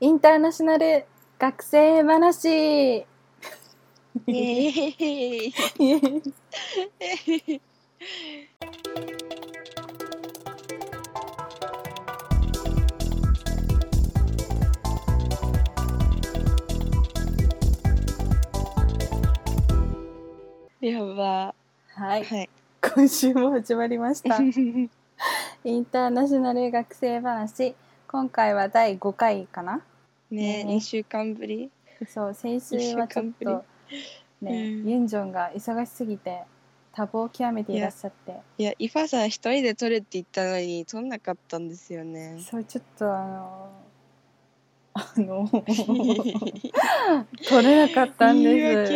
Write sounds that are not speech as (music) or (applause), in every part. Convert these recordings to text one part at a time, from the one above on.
インターナショナル学生話イエーイ (laughs) やばはい、 (laughs) はい。今週も始まりました (laughs) うインターナショナル学生話。今回は第5回かなんねえね2週間ぶりそう、先週はちょっ一週間とぶ、ね、うんユンジョンが忙しすぎて、多忙を極めていらっしゃって、いやイファさん一人で撮るって言ったのに撮んなかったんですよねそう、ちょっとあの (laughs) ー、あ (laughs) のー、取れなかったん言いです。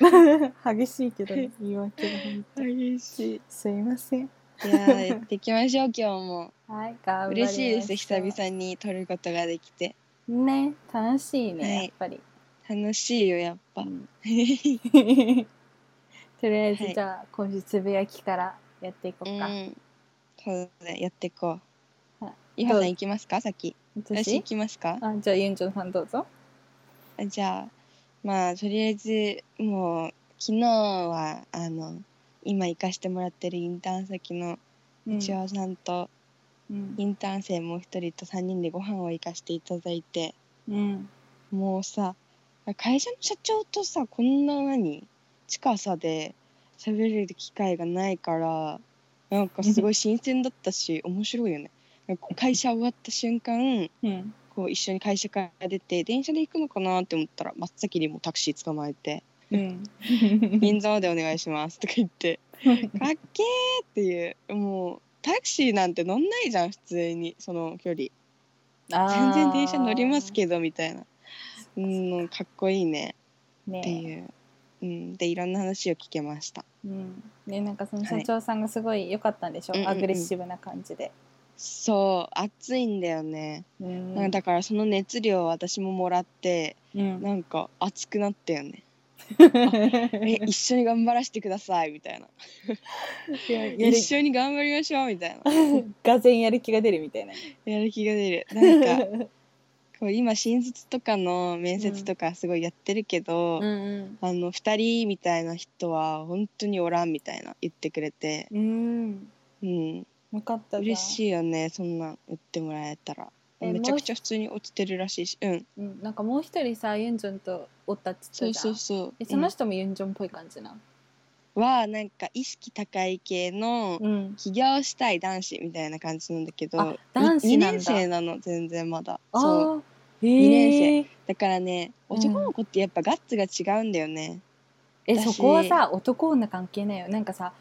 訳 (laughs) (laughs) が激しいけど、ね、言い訳が (laughs) 本当に激しいすいません。いやーやっていきましょう今日もはい、頑張りま嬉しいですした久々に撮ることができてね、楽しいね、はいやっぱり。楽しいよやっぱ (laughs) とりあえず、はいじゃあ今週つぶやきからやっていこううか。んそうだねやっていこうはいイファさん行きますか先私私行きますかあじゃあユンジョンさんどうぞ。じゃあまあとりあえずもう昨日はあの今行かしてもらってるインターン先のうん千葉さんと、うんインターン生もう一人と3人でご飯を行かしていただいてうんもうさ会社の社長とさこんな何近さで喋れる機会がないからなんかすごい新鮮だったし面白いよね。なんか会社終わった瞬間うんこう一緒に会社から出て電車で行くのかなって思ったら真っ先にもうタクシー捕まえてうん (laughs) 「銀座までお願いします」とか言って「かっけー!」っていうもうタクシーなんて乗んないじゃん普通にその距離 (laughs) 全然電車乗りますけどみたいなうんかっこいいねどってねいう、うん、でいろんな話を聞けましたうんねなんかそのは社い長さんがすごい良かったんでしょ、うんうんうんアグレッシブな感じで。そう暑いんだよね、うんなんかだからその熱量を私ももらってうんなんか熱くなったよ (laughs) ねえ一緒に頑張らせてくださいみたいな (laughs) やる一緒に頑張りましょうみたい (laughs) ながぜんやる気が出るみたいな。やる気が出るなんかこう今新卒とかの面接とかすごいやってるけど、 (laughs) うんうんあの2人みたいな人は本当におらんみたいな言ってくれて、うんうん、よかったじゃん嬉しいよねそんなん言ってもらえたらえめちゃくちゃ普通に落ちてるらしいしうんうん、なんかもう一人さユンジョンとおったっつってそたうじゃんそうそうえその人もユンジョンっぽい感じなうんはなんか意識高い系のうん起業したい男子みたいな感じなんだけどあ男子になんだ2年生なの全然まだあそうー二年へえだからねうん男の子ってやっぱガッツが違うんだよね、えだしそこはさ男女関係ないよなんかさ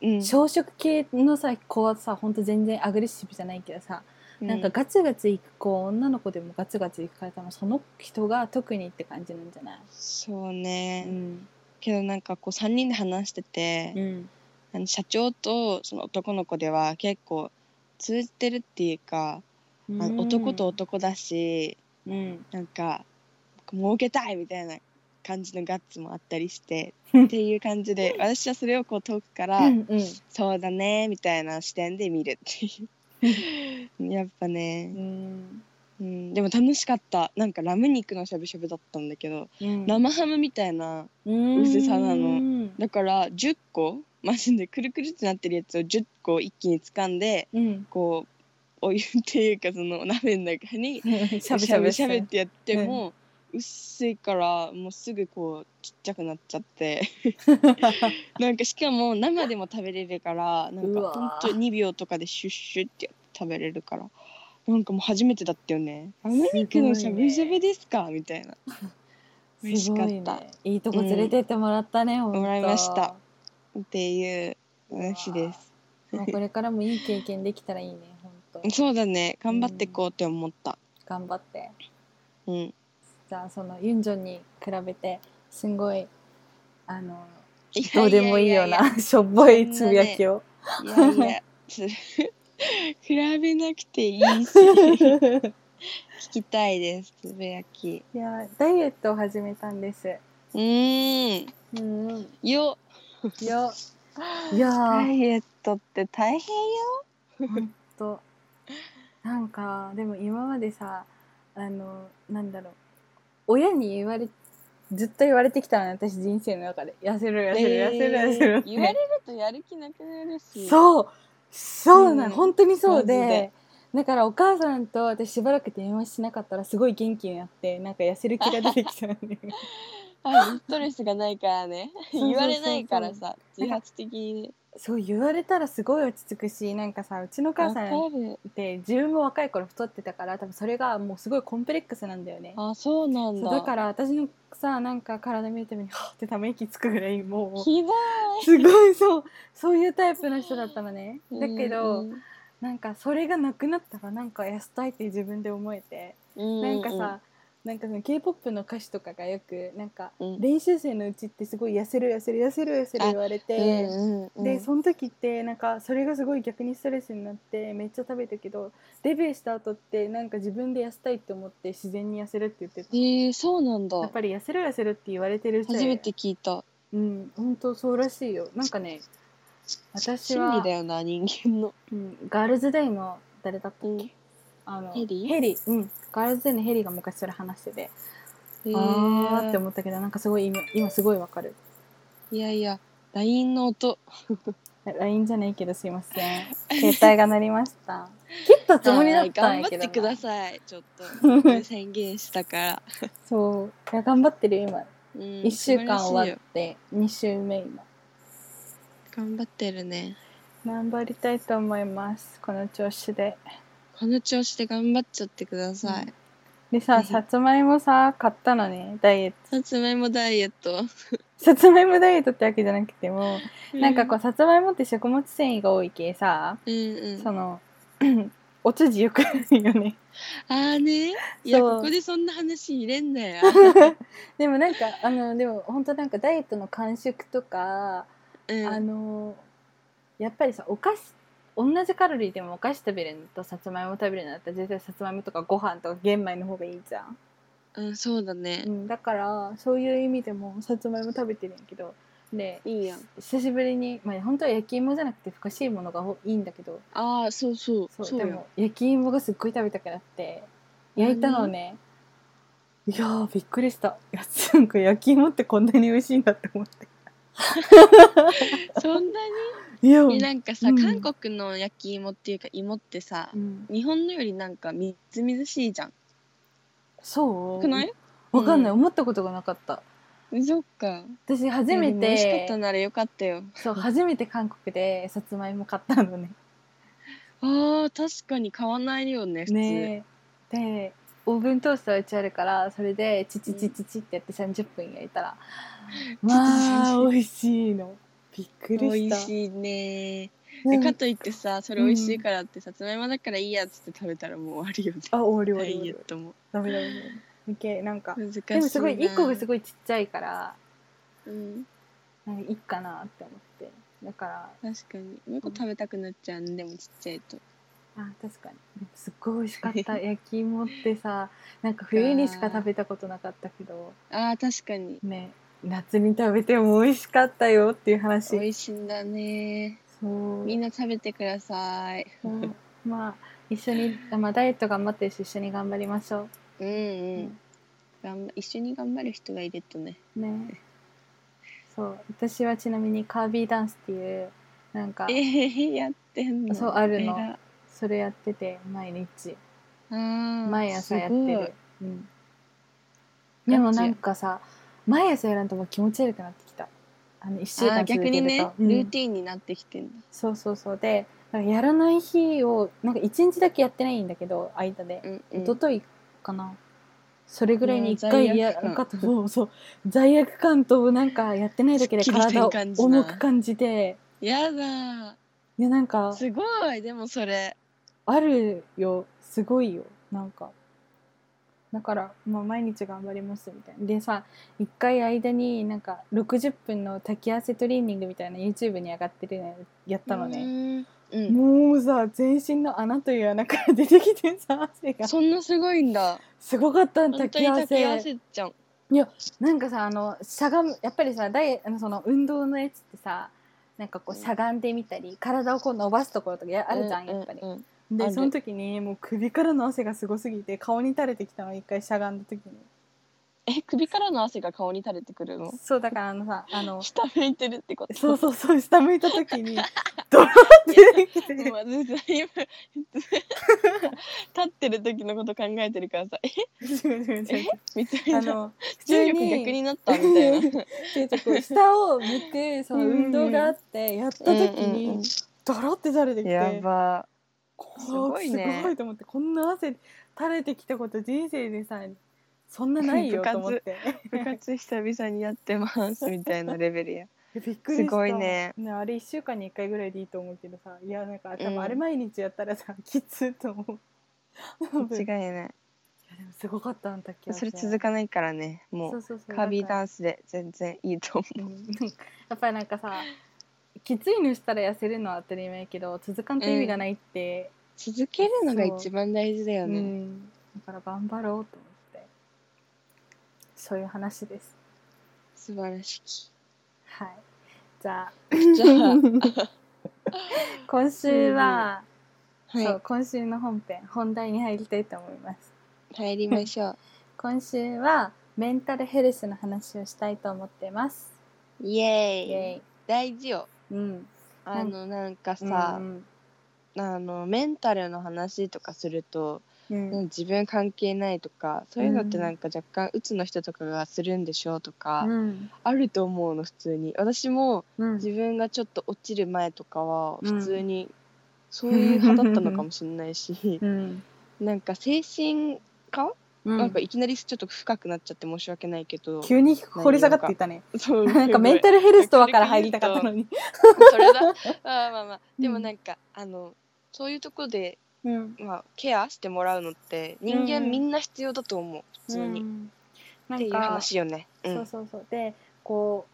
うん小食系のさ子はさほんと全然アグレッシブじゃないけどさ、なんかガツガツいく子女の子でもガツガツいくから多分その人が特にって感じなんじゃないそうね、うんけどなんかこう3人で話してて、うんあの社長とその男の子では結構通じてるっていうか、あの男と男だしうんなんか儲けたいみたいな感じのガッツもあったり (laughs) してうんっていう感じで私はそれをこう遠くから、うんうんそうだねみたいな視点で見るっていう (laughs) やっぱうね、んうん、でも楽しかったなんかラム肉のしゃぶしゃぶだったんだけどうん生ハムみたいなうん薄さなのうんだから10個マジでくるくるってなってるやつを10個一気に掴んでうんこうお湯っていうかそのお鍋の中にし (laughs) しゃぶしゃぶしゃぶってやってうんも、薄いからもうすぐこうちっちゃくなっちゃって (laughs) なんかしかも生でも食べれるからなんうかわーほんと2秒とかでシュッシュッってやって食べれるからなんかもう初めてだったよね「ラム肉のしゃぶしゃぶですか?」みたいな美味すしごかっいねた、いいとこ連れてってもらったね、ほんともらいましたっていう話です。まあこれからもいい経験できたらいいねほんとそうだね頑張ってこうって思った頑張ってうん、じゃあそのユンジョンに比べてすんごいあのいやどうでもいいようやなしょっぽいつぶやきを、いやいやいやつ比べなくていいし聞きたいですつぶやき (laughs) いやダイエットを始めたんですうーんうんうんよ (laughs) よいやダーイエットって大変よほんとなんかでも今までさあのなんだろう親に言われずっと言われてきたのね私人生の中で痩せろ痩せろ痩せろ痩せろって、言われるとやる気なくなるしうそうそうなの、うん本当にそうでマジでだからお母さんと私しばらく電話しなかったらすごい元気になってなんか痩せる気が出てきたん (laughs) でストレスがないからねそうそうそうそう言われないからさ自発的にねそう言われたらすごい落ち着くしなんかさうちのお母さんわかるって自分も若い頃太ってたから多分それがもうすごいコンプレックスなんだよねあそうなんそうだだから私のさなんか体見るためにはぁってため息つくぐらいもひどいうすごいそうそういうタイプの人だったのねだけど、うんなんかそれがなくなったらなんか痩せたいって自分で思えて、うんなんかさなんかその k p o p の歌手とかがよくなんかうん練習生のうちってすごい痩せる痩せる痩せる痩せるあ言われうて、んうんでその時ってなんかそれがすごい逆にストレスになってめっちゃ食べたけどデビューした後ってなんか自分で痩せたいって思って自然に痩せるって言ってたえー、そうなんだやっぱり痩せる痩せるって言われてる人や初めて聞いたうん本当そうらしいよなんかね私心理はだ、よな人間のうん、ガールズデイの誰だったっけ、うんあのヘリヘリうんガールズデイのヘリが昔それ話してて、へーあーって思ったけどなんかすごい今今すごいわかるいやいや LINE の音 LINE じゃないけどすいません (laughs) 携帯が鳴りました切ったつもりだったんはいやけ頑ど張ってくなださいちょっ (laughs) と宣言したから、そういや頑張ってるよ今、うん一1週間素晴らしい終わよって2週目今頑張ってるね頑張りたいと思いますこの調子でこの調子で頑張っちゃってください、でさぜひさつまいもさ買ったのねダイエットさつまいもダイエットさつまいもダイエットってわけじゃなくても、なんかこううさつまいもって食物繊維が多いけさ、うんうん、そあの (clears throat) お通じよくないよねあねいやそうここでそんな話入れんなよ (laughs) でもなんかあのでも本当なんかダイエットの間食とか、うんあのやっぱりさお菓子同じカロリーでもお菓子食べるのとさつまいも食べるのだったら絶対さつまいもとかご飯とか玄米の方がいいじゃん、うん、そうだねう、ん、だからそういう意味でもさつまいも食べてるんやけどでいいやん久しぶりに、まあ、本当は焼き芋じゃなくてふかしいものがいいんだけどああそうそうそうそうでよも焼き芋がすっごい食べたくなって焼いたのをね、いやーびっくりしたいやなんか焼き芋ってこんなに美味しいんだって思ってそんなにいやえなんかさ、うん韓国の焼き芋っていうか芋ってさ、うん日本のよりなんかみずみずしいじゃん。そうくない？わかんない、う思ったことがなかったそっか。私初めいやでも美味しかったてならよかったよ。そう初めて韓国でさつまいも買ったのねああ確かに買わないよね普通。ねえでオーブントースターうちあるからそれでチチチチチってやって30分焼いたら、まあ美味しいのびっく美りし味たしいね。うでんかといってさそれ美味しいからってさつまいもだからいいやつって食べたらもう終わりよね。あ終わダり終わイり終エわッりトもダメダメダメいけなんか難しいな。でもすごい1個がすごい。ごいちっちゃいからうんなんかいいかなって思ってだから確かにもう一個食べたくなっちゃうねでもちっちゃいと。あ確かにすっごい美味しかった (laughs) 焼き芋ってさなんか冬にしか食べたことなかったけどああ確かにね夏に食べても美味しかったよっていう美話味しいんだね。そうみんな食べてください。そうまあ一緒に、まあ、ダイエット頑張ってるし一緒に頑張りましょうんうん。頑張一緒に頑張る人がいるとね。うねそう私はちなみにカービーダンスっていうなんかえー、やってんの。そうあるの偉い。それやってて毎日あー毎朝やってすごいる、うん、でもなんかさ毎朝やらんともう気持ち悪くなってきたあの1週あ間ー続逆けにるねと、、ルうーんティンになってきてんだ。そうそうそうでなんかやらない日をなんか1日だけやってないんだけど間でうんう一ん。昨日かなそれぐらいにうん1回や罪悪感るかとそうそう罪悪感となんかやってないだけですっきりせ体んを感じな重く感じてやいだやなんー。かすごいでもそれ。あるよすごいよなんかだから、まあ、毎日頑張りますみたいなでさ一回間になんか60分の炊き合わせトレーニングみたいな YouTube に上がってるのやったのね、ね。うん。もうさ全身の穴という穴から出てきてさ汗がそんなすごいんだ。すごかった本当炊にき合炊わき合わせせちゃん。なんかさあのしゃがむやっぱりさダイエあのその運動のやつってさなんかこうしゃがんでみたり体をこう伸ばすところとかやあるじゃんやっぱり、うんうんあでるその時にもう首からの汗がすごすぎて顔に垂れてきたの一回しゃがんだ時にえ首からの汗が顔に垂れてくるのそうだからあのさあの下向いてるってことそうそうそう下向いた時 (laughs) にドロッて出てきてもう私だいぶ立ってる時のこと考えてるからさえ違う違う違うみたいあなの普重通力逆にになったみたいなちょっとこう下を向くその運動があってやった時うんうんうんにドロッて垂れ (laughs) てきてばこうすごいねすごいと思ってこんな汗垂れてきたこと人生でさそんなないよ部活と思 (laughs) って部活久々にやってますみたいなレベルやびっくりしたすごいねあれ1週間に1回ぐらいでいいと思うけどさいやなんか多うん分あれ毎日やったらさ、きついと思う間違いいやないでもすごかったんだっけそれ続かないからねもそううそうそうカービーだかダンスで全然いいと思らうんやっぱりなんかさきついのしたら痩せるのは当たり前やけど続かんと意味がないって、う続けるのが一番大事だようんね、だから頑張ろうと思ってそういう話です素晴らしきはいじゃあ (laughs) じゃあ今週は、はそうい今週の本編本題に入りたいと思います入りましょう今週はメンタルヘルスの話をしたいと思ってます。 (laughs) イエーイイエ大事よイ。うん。あのなんかさあ、さ、あのメンタルの話とかすると、うん。自分関係ないとかそういうのってうんなんか若干うつの人とかがするんでしょうとか、うん。あると思うの普通に私もうん。自分がちょっと落ちる前とかはうん普通にそういう派だったのかもしれな (laughs) いしうん。なんか精神科、うん。なんかいきなりちょっと深くなっちゃって申し訳ないけど急に掘り下がっていたね。そう (laughs) なんかメンタルヘルスとはから入りたかったのに。それ (laughs) だまあまあまあでもなんか、あのそういうとこで、うん。まあ、ケアしてもらうのって人間うんみんな必要だと思う普通に、うっん。なていんうか、話よね、うん、そうそうそう。で、こ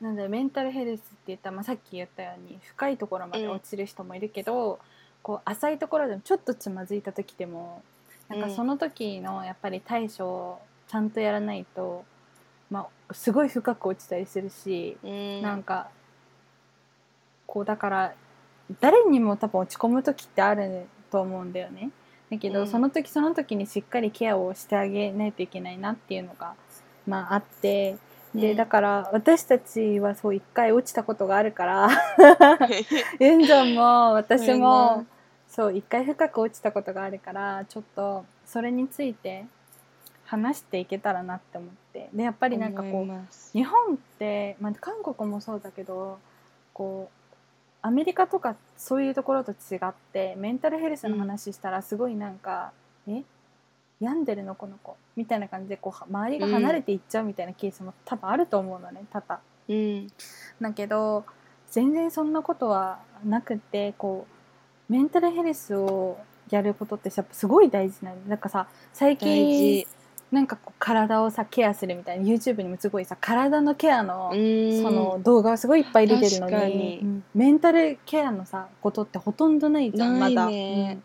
う、なんだろうメンタルヘルスって言ったら、まあ、さっき言ったように深いところまで落ちる人もいるけど、こう浅いところでもちょっとつまずいた時でもなんかうんその時のやっぱり対処をちゃんとやらないと、まあ、すごい深く落ちたりするし、うんなんかこうだから誰にも多分落ち込む時ってあると思うんだよね。だけど、うんその時その時にしっかりケアをしてあげないといけないなっていうのが、まあ、あってで、うんだから私たちはそう一回落ちたことがあるから。 (laughs) (laughs) エンジョンも私ごめんなもそう一回深く落ちたことがあるからちょっとそれについて話していけたらなって思ってでやっぱりなんか思こいうます日本って、まあ、韓国もそうだけどこうアメリカとかそういうところと違ってメンタルヘルスの話したらすごいなんか、え病んでるのこの子みたいな感じでこう周りが離れていっちゃうみたいなケースも多分あると思うのね多々。うんだけど全然そんなことはなくてこうメンタルヘルスをやることってやっぱすごい大事なんでなんかさ最大近事なんかこう体をさケアするみたいな YouTube にもすごいさ体のケアのそその動画がすごいいっぱい出てるの確かににうんメンタルケアのさことってほとんどないじゃんなまいだ。うねん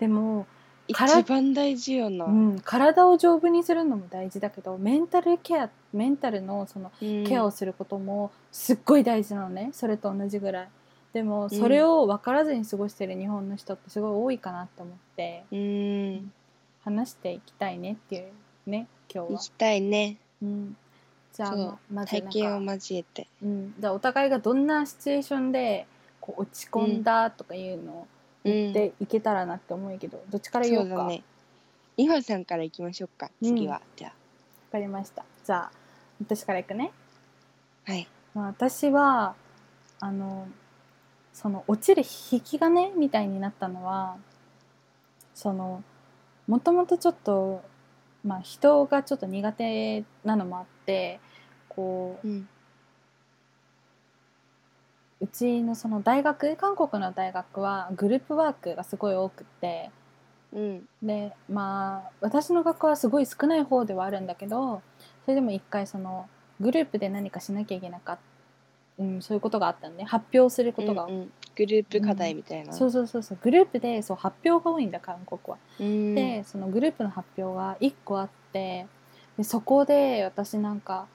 でも、から一番大事よな、うん、体を丈夫にするのも大事だけどメンタルケアメンタルのそのうんケアをすることもすっごい大事なのねそれと同じぐらいでもそれを分からずに過ごしてる日本の人ってすごい多いかなと思ってうん話していきたいねっていうね今日行は、きたいねうん、じゃあそうままず体なん験をか、交えてうん、じゃあお互いがどんなシチュエーションでこう落ち込んだとかいうのを言っていけたらなって思うけど、どっちから言おそううかだね美穂さんから行きましょうか次は、じゃ分かりましたじゃあ私からいくねあはいまあ、私はあのその落ちる引き金みたいになったのはそのもともとちょっと、まあ、人がちょっと苦手なのもあってこううんうちのその大学韓国の大学はグループワークがすごい多くってうんでまあ私の学科はすごい少ない方ではあるんだけどそれでも一回そのグループで何かしなきゃいけなかった。うん、そういうことがあったんで発表することがうんうんグループ課題みたいな、そうそうそうそうグループでそう発表が多いんだ韓国は。うんでそのグループの発表が1個あってでそこで私なんか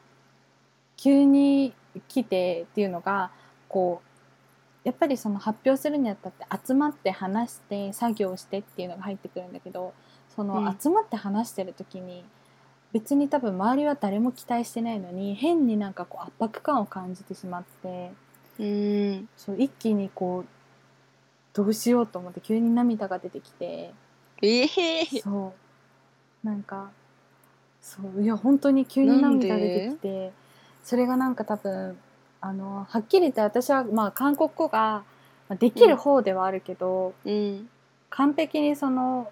急に来てっていうのがこうやっぱりその発表するにあたって集まって話して作業してっていうのが入ってくるんだけどそのうん集まって話してる時に、別に多分周りは誰も期待してないのに変になんかこう圧迫感を感じてしまってうんそう一気にこうどうしようと思って急に涙が出てきて。ええそうなんかそういや本当に急になんで涙出てきてそれがなんか多分あのはっきり言って私は、まあ、韓国語がまあできる方ではあるけど、うん完璧にその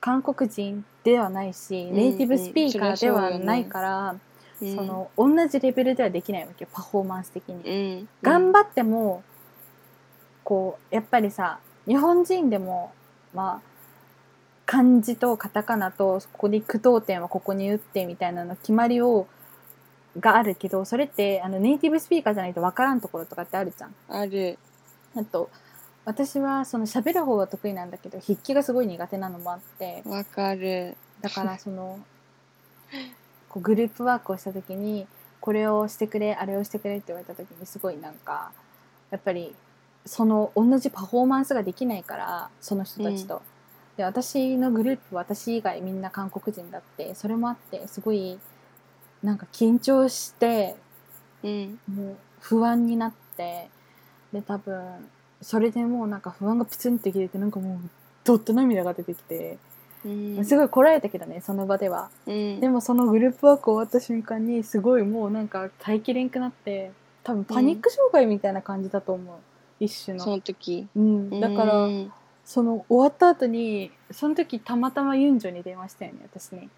韓国人ではないし、んネイティブスピーカーそでりゃそうよねはないから、うんその同じレベルではできないわけよパフォーマンス的に。うん頑張ってもこうやっぱりさ日本人でもまあ漢字とカタカナとここに句読点はここに打ってみたいなの決まりをがあるけどそれってあのネイティブスピーカーじゃないと分からんところとかってあるじゃん。あるあと私はその喋る方は得意なんだけど筆記がすごい苦手なのもあってわかるだからそのこうグループワークをした時にこれをしてくれあれをしてくれって言われた時にすごいなんかやっぱりその同じパフォーマンスができないからその人たちと。で私のグループは私以外みんな韓国人だってそれもあってすごいなんか緊張してうんもう不安になってで多分それでもうなんか不安がプツンって切れてなんかもうどっと涙が出てきて、うんすごいこらえたけどねその場ではうんでもそのグループワーク終わった瞬間にすごいもうなんか耐えきれんくなって多分パニック障害みたいな感じだと思う、一種その、の時うん、だから、うんその終わった後にその時たまたまユンジョンに電話したよね私ね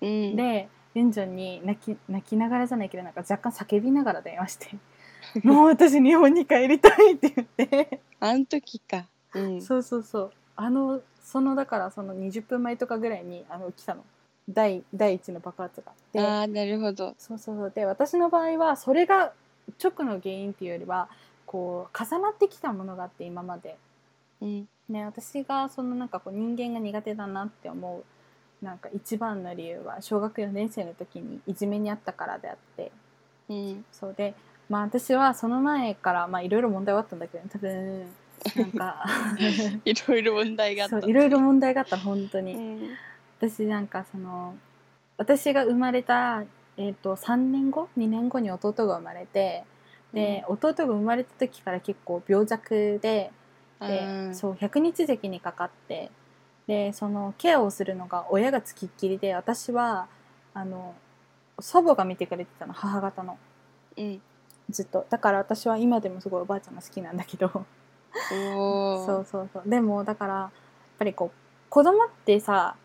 うんでユンジョンに泣き泣きながらじゃないけどなんか若干叫びながら電話して (laughs) 「もう私日本に帰りたい」って言って、あん時かうんそうそうそうあのそのだからその20分前とかぐらいにあの来たの第第一の爆発が。でああなるほどそうそうそうで私の場合はそれが直の原因っていうよりはこう重なってきたものがあって今まで。うんね、私がそのなんかこう人間が苦手だなって思うなんか一番の理由は小学4年生の時にいじめにあったからであって (laughs) うんそうで、まあ、私はその前からまあいろいろ問題はあったんだけど多分なんかいろいろ (laughs) 問題があったそういろいろ問題があった本当うにん私なんかその私が生まれた、えー、と3年後2年後に弟が生まれてで、弟が生まれた時から結構病弱でうでんそう百日咳にかかってでそのケアをするのが親がつきっきりで私はあの祖母が見てくれてたの母方のうんずっとだから私は今でもすごいおばあちゃんが好きなんだけどおそーうそうそうでもだからやっぱりこう子供ってさ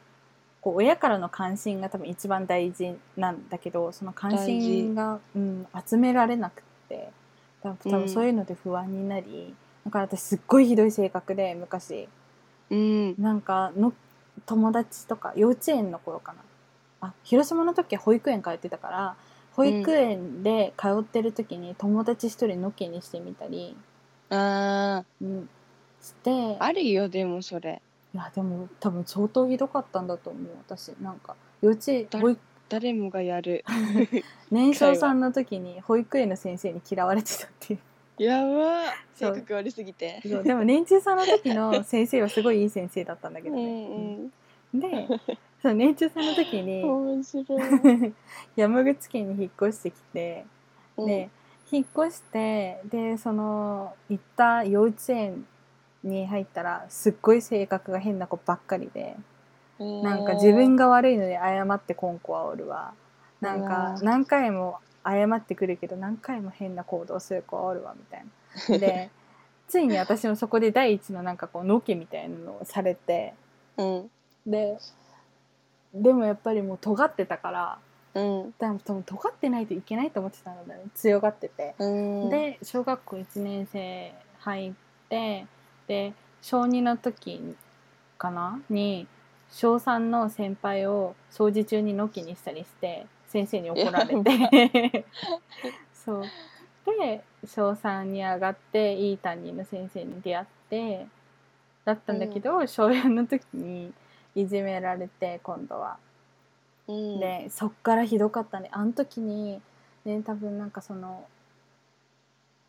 こう親からの関心が多分一番大事なんだけどその関心が、うん、集められなくって多分多うん分そういうので不安になり、だから私すっごいひどい性格で昔。うんなんかの友達とか幼稚園の頃かなあ広島の時は保育園通ってたから保育園で通ってる時に友達一人のけにしてみたり、あうん、してああるよでもそれいやでも多分相当ひどかったんだと思う私なんか幼稚園だ保育誰もが (laughs) やる年少さんの時に保育園の先生に嫌われてたっていうやばーそ性う格悪すぎてそうでも年中さんの時の先生はすごいいい先生だったんだけうどね、んうんうんでそう年中さんの時に面白い (laughs) 山口県に引っ越してきてうんで引っ越してでその行った幼稚園に入ったらすっごい性格が変な子ばっかりでなんか自分が悪いのに謝ってこん子はおるわなんうわかー何回も謝ってくるけど何回も変な行動する子はおるわみたい (laughs) な。でついに私もそこで第一のなんかこうのけみたいなのをされてうんででもやっぱりもう尖ってたからうん多分多分尖ってないといけないと思ってたのだね強がってて。うんで小学校1年生入ってで小2の時かなに小3の先輩を掃除中にのきにしたりして先生に怒られてそうで小3に上がっていい担任の先生に出会ってだったんだけど、小4の時にいじめられて今度は。うんでそっからひどかったねあの時にね多分なんかその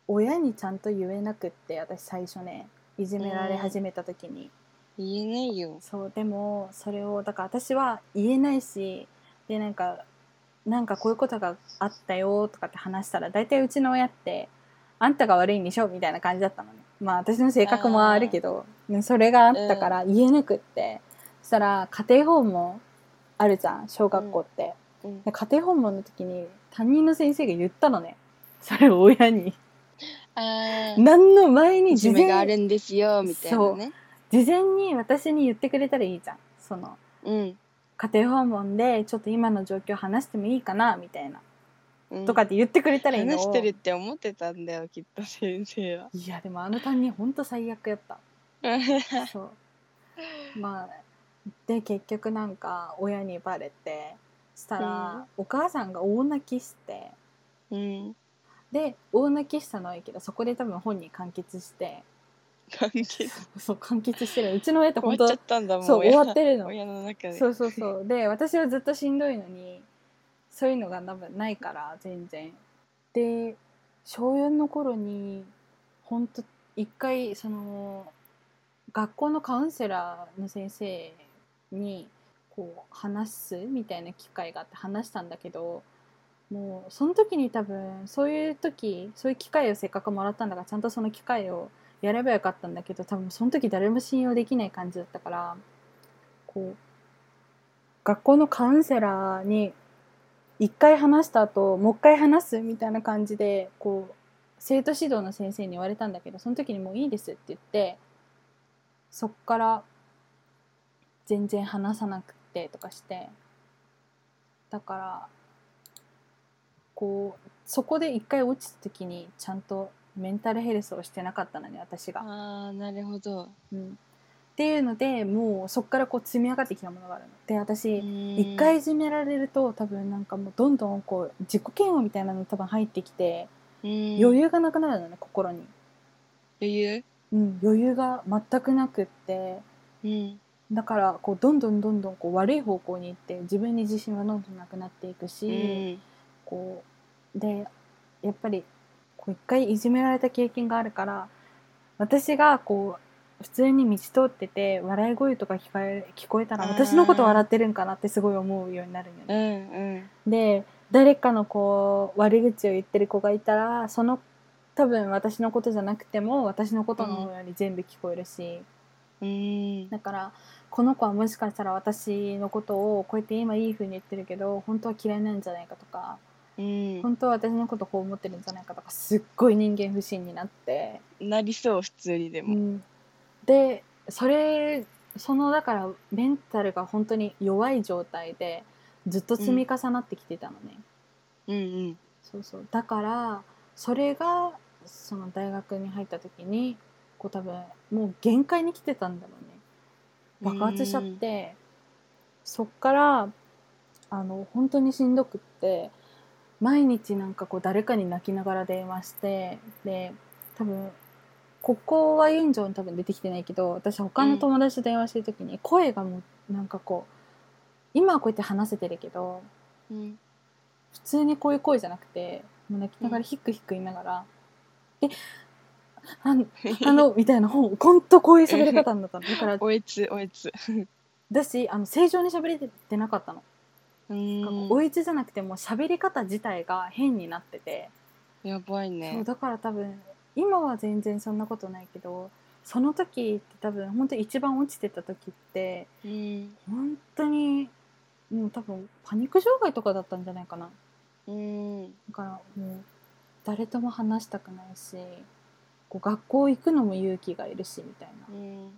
親にちゃんと言えなくって私最初ねいじめられ始めた時に、言えないよそうでもそれをだから私は言えないしでなんかなんかこういうことがあったよとかって話したら大体うちの親ってあんたが悪いんでしょみたいな感じだったのねまあ私の性格もあるけどねそれがあったから言えなくって、そしたら家庭訪問あるじゃん小学校って、うんで家庭訪問の時に担任の先生が言ったのねそれを親にあー何の前にいじ事めがあ前るんですよみたいなね事前に私に言ってくれたらいいじゃんそのうん家庭訪問でちょっと今の状況話してもいいかなみたいな、うんとかって言ってくれたらいいのを話してるって思ってたんだよきっと先生は (laughs) いやでもあの担任ほんと最悪やったそうまあで結局なんか親にバレてしたら、お母さんが大泣きしてうんで大泣きしたのはいいけどそこで多分本人完結して完結そう完結してるうちの親って本終わ当っちゃったんだもんそう終親わってるの親の中でそうそうそうで私はずっとしんどいのにそういうのが多分ないから全然で小4の頃にほんと一回その学校のカウンセラーの先生にこう話すみたいな機会があって話したんだけどもうその時に多分そういう時そういう機会をせっかくもらったんだからちゃんとその機会をやればよかったんだけど多分その時誰も信用できない感じだったからこう学校のカウンセラーに一回話した後もう一回話すみたいな感じでこう生徒指導の先生に言われたんだけどその時に「もういいです」って言ってそっから全然話さなくてとかしてだからこうそこで一回落ちた時にちゃんとメンタルヘルスをしてなかったのね私が。ああなるほどうん、っていうのでもうそこからこう積み上がってきたものがあるの。で私、一一回いじめられると多分なんかもうどんどんこう自己嫌悪みたいなの多分入ってきて余余裕がなくなるのね心に、余裕うん、余裕が全くなくってうんだからこうどんどんどんどんこう悪い方向に行って自分に自信はどんどんなくなっていくし、うんこうでやっぱりこう一回いじめられた経験があるから私がこう普通に道通ってて笑い声とか聞かえ聞こえたらうん私のこと笑ってるんかなってすごい思うようになるんようね。んで誰かのこう悪口を言ってる子がいたらその多分私のことじゃなくても私のことのように全部聞こえるし、うんだからこの子はもしかしたら私のことをこうやって今いい風に言ってるけど本当は嫌いなんじゃないかとかうん本当は私のことこう思ってるんじゃないかとかすっごい人間不信になって、なりそう普通にでうもん、でそれそのだからメンタルが本当に弱い状態でずっと積み重なってきてたのね、うんうんそうそうだからそれがその大学に入った時にこう多分もう限界に来てたんだろうね爆発しちゃってそっからあの本当にしんどくって毎日なんかこう誰かに泣きながら電話してで多分ここはユンジョン多分出てきてないけど私他の友達と電話してる時に声がもうなんかこう今はこうやって話せてるけどうん普通にこういう声じゃなくてもう泣きながらヒックヒック言いながら「えあのあの」みたいな (laughs) 本ほんとこういう喋り方になったのだからおえつおえつだしあの正常に喋れてなかったの、うんなんかおえつじゃなくてもう喋り方自体が変になってて、やばいそうねだから多分今は全然そんなことないけどその時って多分本当一番落ちてた時ってうん本当にもう多分パニック障害とかだったんじゃないかなうんだからもう誰とも話したくないしこう学校行くのも勇気がいるしみたいな。うん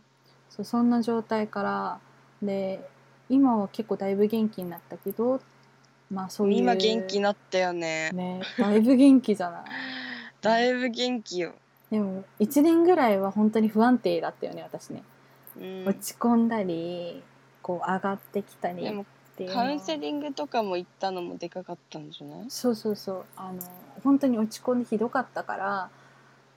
そうそんな状態からで今は結構だいぶ元気になったけどまあそういう今元気になったよねねだいぶ元気じゃないだいぶ元気よでも1年ぐらいは本当に不安定だったよね私ね、うん落ち込んだりこう上がってきたりでもっていうのカはウンセリングとかも行ったのもでかかったんじゃないそうそうそうあの本当に落ち込んでひどかったから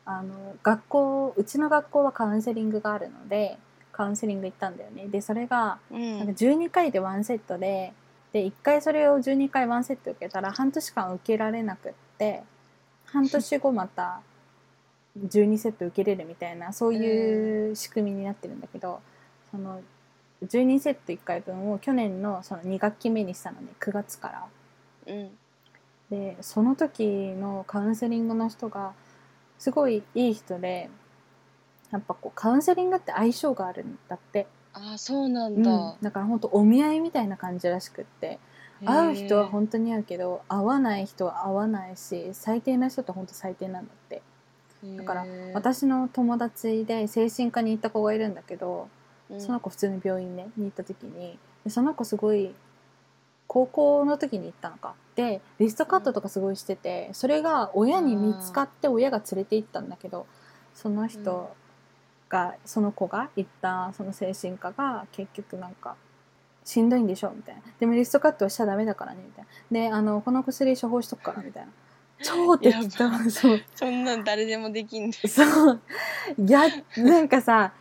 あの学校うちの学校はカウンセリングがあるのでカウンセリング行ったんだよねでそれがうなんかん12回で1セットでで1回それを12回1セット受けたら半年間受けられなくって半年後また12セット受けれるみたいなそういう仕組みになってるんだけど、その12セット1回分を去年のその2学期目にしたのね9月から。うんでその時のカウンセリングの人がすごいいい人でやっぱこうカウンセリングって相性があるんだって、ああそうなうんんだ、だから本当お見合いみたいな感じらしくって会う人は本当に会うけど会わない人は会わないし最低な人って本当最低なんだってにだから私の友達で精神科に行った子がいるんだけどその子普通の病院ねに行った時にでその子すごい高校の時に行ったのかでリストカットとかすごいしててそれが親に見つかって親が連れて行ったんだけどその人が、その子が行ったその精神科が結局なんか。しんどいんでしょみたいな。でもリストカットはしちゃダメだからねみたいな。で、あの、この薬処方しとくからみたいな。超適当や。そう。そんなん誰でもできんだそうやなんかさ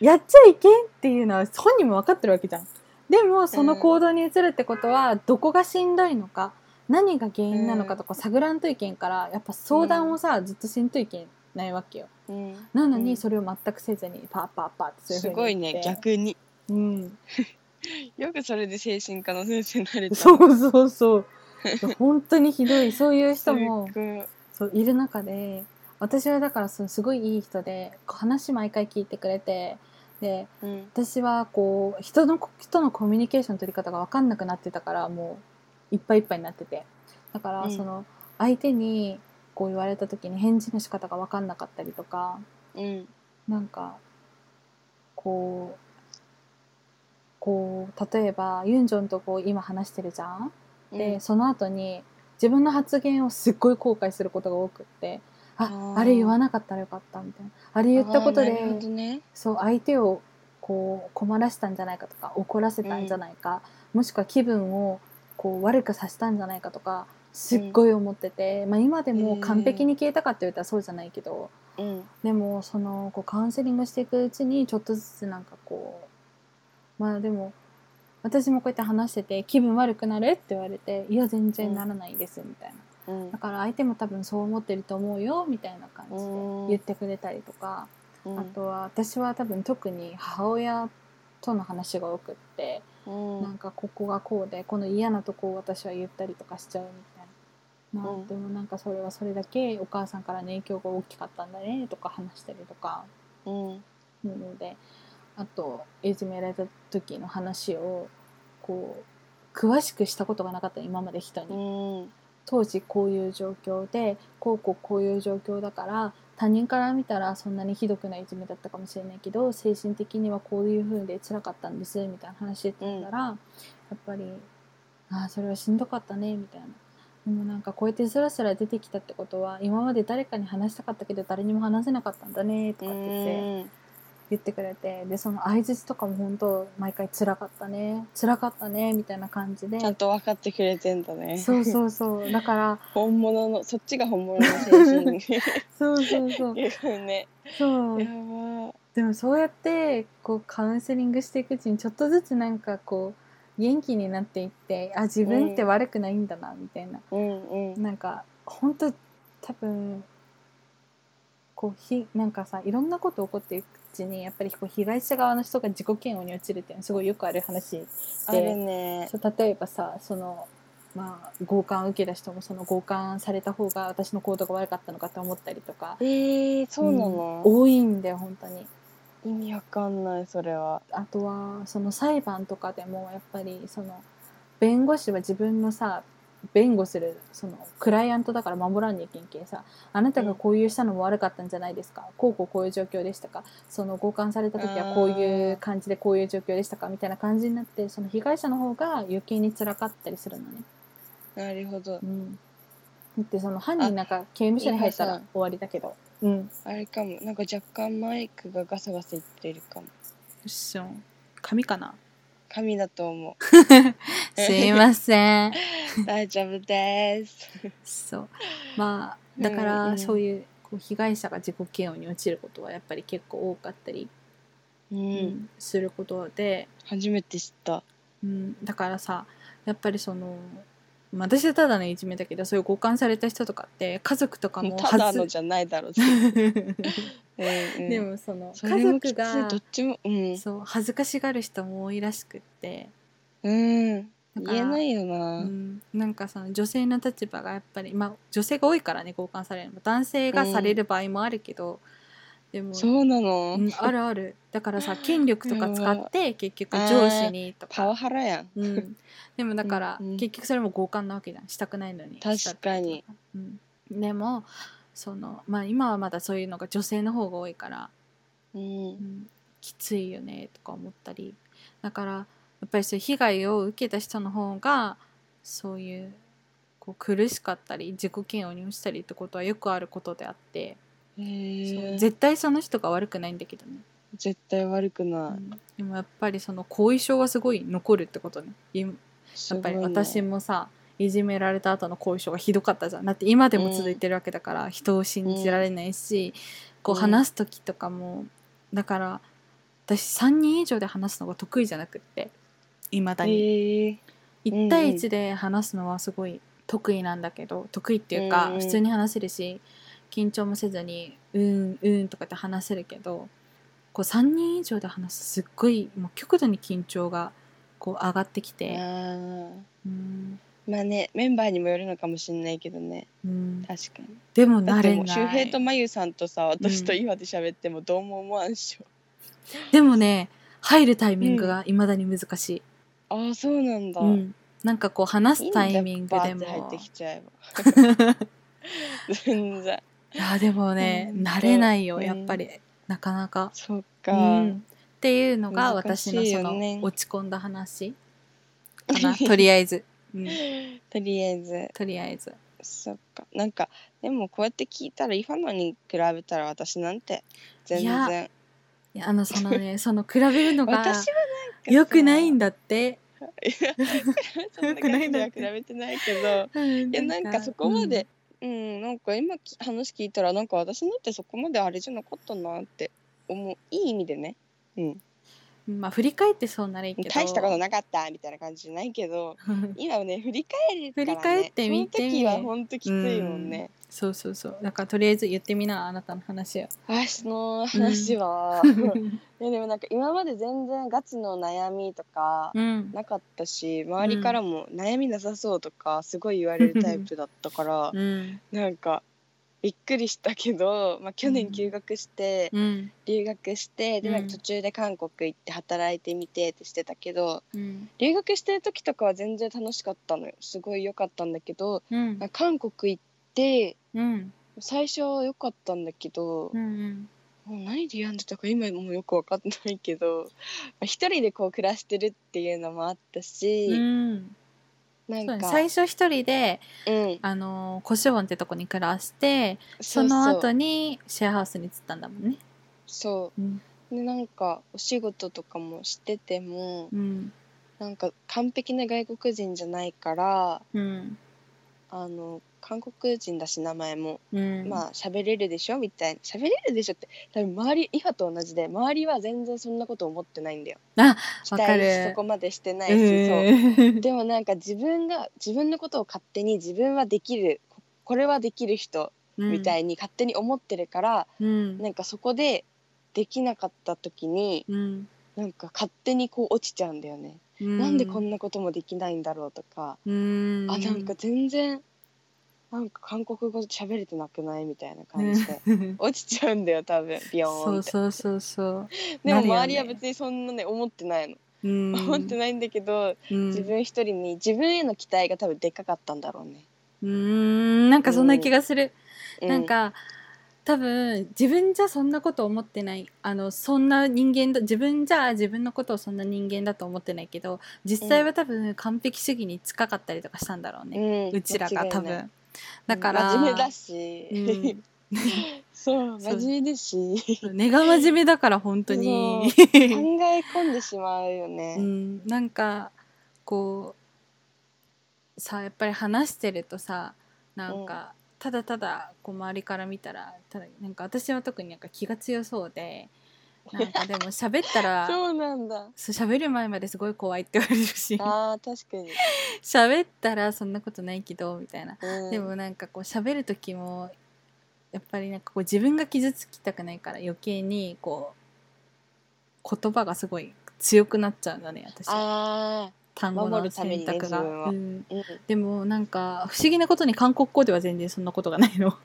やっちゃいけんっていうのは本人も分かってるわけじゃんでもその行動に移るってことはどこがしんどいのか何が原因なのかとか探らんといけんからやっぱ相談をさずっとしんといけないわけようんなのうにんそれを全くせずにパーパーパーってそういうす風ごいに言ねって逆にうんよくそれで精神科の先生になれたそうそうそう (laughs) 本当にひどいそういう人もすごいそういる中で私はだからそのすごいいい人で話毎回聞いてくれてでうん私はこう人の人のコミュニケーションの取り方が分かんなくなってたからもういっぱいいっぱいになっててだかうらんその相手にこう言われた時に返事の仕方が分かんなかったりとかうんなんかこうこう例えばユンジョンとこう今話してるじゃんで、その後に自分の発言をすっごい後悔することが多くってああーあれ言わなかったらよかったみたいなあれうん言ったことあーなるでほどねそう相手をこう困らせたんじゃないかとか怒らせたんじゃないか、もしくは気分をこう悪くさせたんじゃないかとかすっごい思ってて、まあ、今でも完璧に消えたかって言ったらそうじゃないけど、うんでもそのこうカウンセリングしていくうちにちょっとずつなんかこうまあでも私もこうやって話してて気分悪くなるって言われていや全然ならないですみたいな、うんだから相手も多分そう思ってると思うよみたいな感じでうん言ってくれたりとか。うんあとは私は多分特に母親との話が多くって、うんなんかここがこうでこの嫌なとこを私は言ったりとかしちゃうみたいな、まあうんでもなんかそれはそれだけお母さんからの影響が大きかったんだねとか話したりとかうんなのであといじめられた時の話をこう詳しくしたことがなかった今まで人に。うん当時こういう状況でこうこうこういう状況だから他人から見たらそんなにひどくないいじめだったかもしれないけど精神的にはこういう風で辛かったんですみたいな話してたら、やっぱり「ああそれはしんどかったね」みたいな。でもなんかこうやってスラスラ出てきたってことは今まで誰かに話したかったけど誰にも話せなかったんだねとかって言ってうん言ってくれてでその相槌とかも本当毎回辛かったね辛かったねみたいな感じでちゃんと分かってくれてんだねそうそうそうだ (laughs) から本物のそっちが本物の精神そうそうそう (laughs) いうふうねそうやばでもそうやってこうカウンセリングしていくうちにちょっとずつなんかこう元気になっていってあ自分って悪くないんだなみたいな、うんうんなんか本当多分こうひなんかさいろんなこと起こっていくうちにやっぱりこう被害者側の人が自己嫌悪に陥るっていうのはすごいよくある話あるねそう例えばさそのまあ強姦を受けた人もその強姦された方が私の行動が悪かったのかと思ったりとかえー、そうなの、多いんだよ本当に。意味わかんないそれはあとはその裁判とかでもやっぱりその弁護士は自分のさ弁護するそのクライアントだから守らんにいけんけんさあなたがこういうしたのも悪かったんじゃないですか、こうこうこういう状況でしたかその強姦された時はこういう感じでこういう状況でしたかみたいな感じになってその被害者の方が余計に辛かったりするのね。なるほどうん、だってその犯人なんか刑務所に入ったいいらか終わりだけど。うん、あれかもなんか若干マイクがガサガサいってるかもしょ紙かな神だと思 (laughs) すいません。 (laughs) う大丈夫ですそうまあだかうんうらんそういうこう被害者が自己嫌悪に陥ることはやっぱり結構多かったり、うん、うんすることで、初めて知ったうん、だからさやっぱりそのまあ私はただのいじめだけどそういう互換された人とかって家族とかももうただ外のじゃないだろうし、うんうん (laughs) でもそのそれ家も族きついがどっちもうん、そう恥ずかしがる人も多いらしくってうん、だから言えないよな、うん、なんかその女性の立場がやっぱり、まあ、女性が多いからね交換されるの男性がされる場合もあるけど、でもそうなの、うんあるあるだから (laughs) さ権力とか使って結局あー上司にとパワか、ハラやんうん、でもだから、うんうん結局それも強姦なわけじゃんしたくないのに確かに、うん、でもその、まあ、今はまだそういうのが女性の方が多いから、うんうん、きついよねとか思ったりだからやっぱりそういう被害を受けた人の方がそういうこう苦しかったり自己嫌悪に落ちたりってことはよくあることであって、へそーう絶対その人が悪くないんだけどね、絶対悪くうない、ん、でもやっぱりその後遺症はすごい残るってことねいやすっごぱいりね私もさいじめられた後の後遺症がひどかったじゃんだって今でも続いてるわけだから、人を信じられないし、こううん話す時とかもだから私3人以上で話すのが得意じゃなくっていまだへに、ー1対1で話すのはすごい得意なんだけど得意っていうか、うんうん普通に話せるし緊張もせずに「うんうん」とかって話せるけどこう3人以上で話すとすっごいもう極度に緊張がこう上がってきあて。ーうんまあねメンバーにもよるのかもしれないけどねうん、確かにでもだ慣ってれもうない周平とまゆさんとさ私と岩で喋ってもどうも思わんっしょ、でもね入るタイミングがいまだに難しい、ああそうなんだ、うんなんかこう話いいすんだタよイミングバーでって入っもてきちゃえば (laughs) 全然いやでもね、うん慣れないようんやっぱり、なかなか、そっうか、ん、っていうのが難私しのいそよねの落ち込んだ話かなとりあえず、うん、とりあえずとりあえずそっかなんかでもこうやって聞いたらイファノに比べたら私なんて全いや然いやあのその (laughs) ねその比べるのが私は良くないんだだって、 (laughs) よくないんだ比べてないけどうんいやなんかそこまで、うん、なんか今き話聞いたらなんか私なんてそこまであれじゃなかったなって思ういい意味でね、うん、うんまあ振り返ってそうならいいけど大したことなかったみたいな感じじゃないけど (laughs) 今ね振り返る振から、ね、り返ってみてその時は本当きついもんね、そうそうそうだからとりあえず言ってみなあなたの話をあその話は、 (laughs) いやでもなんか今まで全然ガチの悩みとかうんなかったし周りからも悩みなさそうとかすごい言われるタイプだったから、うんなんかびっくりしたけど、まあ、去年休学して、うん留学してでうんなんか途中で韓国行って働いてみてってしてたけどうん留学してる時とかは全然楽しかったのよすごい良かったんだけどうんなんか韓国行ってうん最初は良かったんだけど、うんもう何で病んでたか今もうよく分かんないけどまあ一人でこう暮らしてるっていうのもあったうし、んそなうんねか最初一人でうん、あのーコショウォンってとこに暮らしてそそうのそう後にシェアハウスに移ったんだもんねそうんうでなんかお仕事とかもしててもうんなんか完璧な外国人じゃないからうんあの韓国人だし名前も、うんまあ喋れるでしょみたいな喋れるでしょって多分周りイファと同じで周りは全然そんなこと思ってないんだよあ期わか待るそこまでしてないし、えそうーでもなんか自分が自分のことを勝手に自分はできるここれはできる人みたいに勝手に思ってるから、うんなんかそこでできなかった時にうんなんか勝手にこう落ちちゃうんだよね、うんなんでこんなこともできないんだろうとか、うんあなんか全然なんか韓国語喋れてなくないみたいな感じで、 (laughs) 落ちちゃうんだよ多分ビヨー (laughs) そンうってそうそうそうでなるもよね周りは別にそんなね思ってないの、うん思ってないんだけど、うん自分一人に自分への期待が多分でっかかったんだろうね、うーんなんかそんな気がする、うなんか多分自分じゃそんなこと思ってないあのそんな人間だ自分じゃ自分のことをそんな人間だと思ってないけど実際は多分完璧主義に近かったりとかしたんだろうね、んうちらが多分、間違いないだから、真面目だし、 (laughs) そうそう真面目だしうん、 (laughs) 根が真面目だから本当に、 (laughs) 考え込んでしまうよね、うん、なんかこうさやっぱり話してるとさなんか、ただただこう周りから見たらただなんか私は特になんか気が強そうでなんかでも喋ったら (laughs) そうなんだそう喋る前まですごい怖いって言われるしあー確かに、喋ったらそんなことないけどみたいな、うん、でもなんかこう喋る時もやっぱりなんかこう自分が傷つきたくないから余計にこう言葉がすごい強くなっちゃうんだね私はあ単語守のるため選にね択が、自分はうんー、でもなんか不思議なことに韓国語では全然そんなことがないの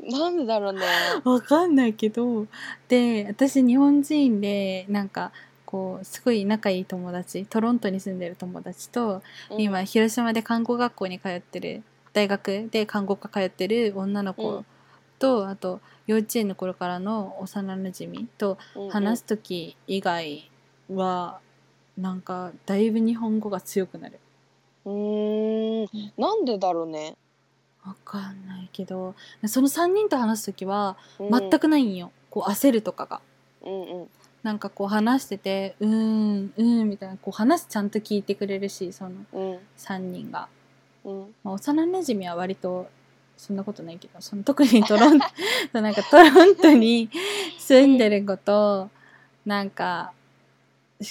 うん、なんでだろうね (laughs) わかんないけどで私日本人でなんかこうすごい仲いい友達トロントに住んでる友達とうん今広島で看護学校に通ってる大学で看護科通ってる女のう子んと、あと幼稚園の頃からの幼なじみと話す時以外はなんかだいぶ日本語が強くなる。うんうんうーんなんでだろうね、わかんないけどその3人と話す時はうん、全くないんよ、こう焦るとかが。うんうんなんかこう話しててうーんうーんみたいなこう話ちゃんと聞いてくれるしそのうん3人が、うんまあ、幼なじみは割とそんなことないけどその特にト (laughs) ロントそうなんかトロントに住んでる子となんか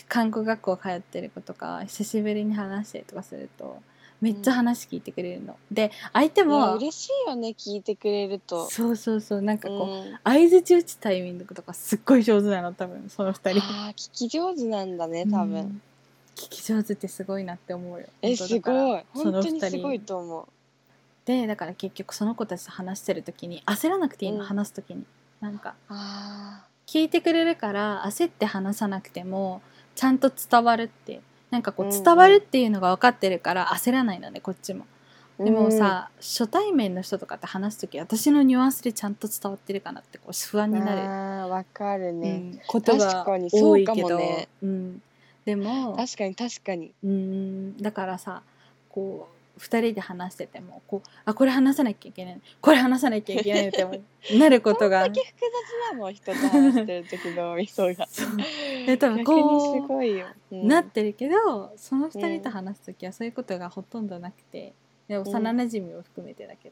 看護学校通ってる子とか久しぶりに話したりとかするとめっちゃ話聞いてくれるの、で相手いやも嬉しいよね聞いてくれるとそうそうそうなんかこう、うん相槌打つタイミングとかすっごい上手なの多分その2人。あー聞き上手なんだね多分、うん聞き上手ってすごいなって思うよえ本す当だからごいそ本の当に二すごい人と思うでだから結局その子たちと話してる時に焦らなくていいの、うん話す時になんかあ聞いてくれるから焦って話さなくてもちゃんと伝わるってなんかこうんううん伝わるっていうのが分かってるから焦らないのねこっちもーでも、さ、初対面の人とかって話す時私のニュアンスでちゃんと伝わってるかなってこう不安うんになるあーわかうるんね、ことが確かに多そういかけもど、ねうん、でも確かに確かにうーんだからさこう2人で話しててもこうあこれ話さなきゃいけないこれ話さなきゃいけないって思う (laughs) なることがどんだけ複雑なの人と話してる時のみそがそう (laughs) え多分逆こうにすごいよ、うんなってるけどその2人と話す時はそういうことがほとんどなくてで幼なじみを含めてだけ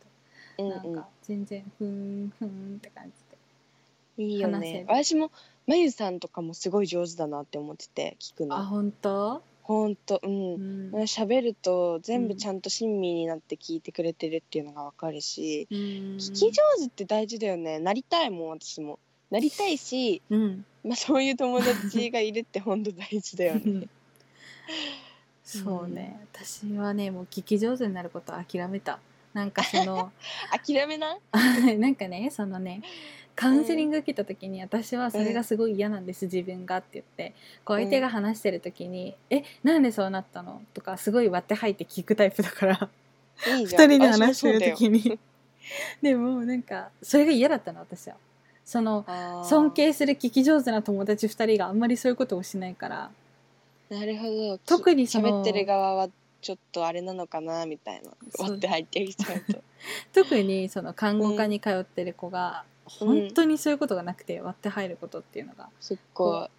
ど、うんなんうんか全然ふーんふーんって感じでいいよ話せねる私もまゆさんとかもすごい上手だなって思ってて聞くあの本当、ほんとうんうんなんか喋ると全う部んちゃんと親身になって聞いてくれてるっていうのがわかるし、聞聞き上手って大事だよねなりたいもん私もなりたいし、うんまあ、そういう友達がいるって本当大事だよねそうね、私はねもう聞き上手になることは諦めたなんかそ (laughs) の (laughs) 諦めないはいなんかねそのねカウンセリング受けた時に、私はそれがすごい嫌なんです、自分がって言ってこう相手が話してる時に「えなんでそうなったの?」とかすごい割って吐いて聞くタイプだからいい2じゃ人んで話してる私もそう時に (laughs) でもなんかそれが嫌だったの私はそのだよあー尊敬する聞き上手な友達2人があんまりそういうことをしないからなるほど特にその喋ってる側はちょっとあれなのかなみたいなそう割って入ってきちゃ (laughs) うと特にその看護科に通ってる子がうん本当にそういうことがなくて割って入ることっていうのがすっご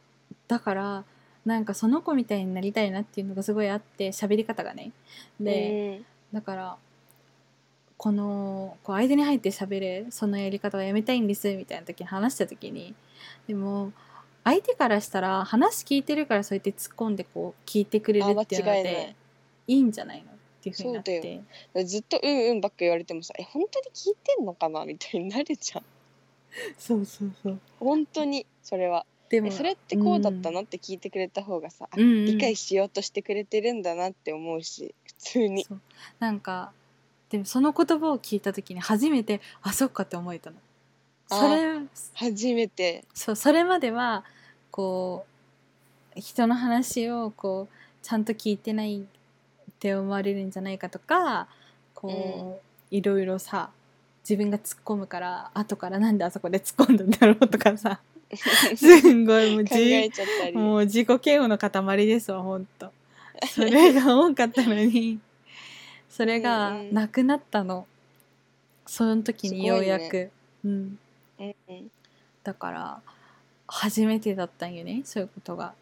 だからなんかその子みたいになりたいなっていうのがすごいあって喋り方がねいで、だからこのこう間に入って喋るそのやり方はやめたいんですみたいな時に話した時にでも相手からしたら話聞いてるからそうやって突っ込んでこう聞いてくれるっていうのあ間違いないでいいんじゃないのっていうふうになっそうだてうんずっとうんうんばっか言われてもさえ本当に聞いてんのかなみたいになるじゃんそうそうそう本当にそれはでえもそれってこうだったの、って聞いてくれた方がさ、あうんうん理解しようとしてくれてるんだなって思うし普通にそうなんかでもその言葉を聞いた時に初めてあそっかって思えたのそれ初めてそうそれまではこう人の話をこうちゃんと聞いてないって思われるんじゃないかとかこう、いろいろさ自分が突っ込むから後からなんであそこで突っ込んだんだろうとかさすんごいもう (laughs) 考えじちゃったりもう自己嫌悪の塊ですわほん (laughs) とそれが多かったのにそれがうんうんなくなったのその時にようやすく、ごうんうんうんだから初めてだったんよねそういうことが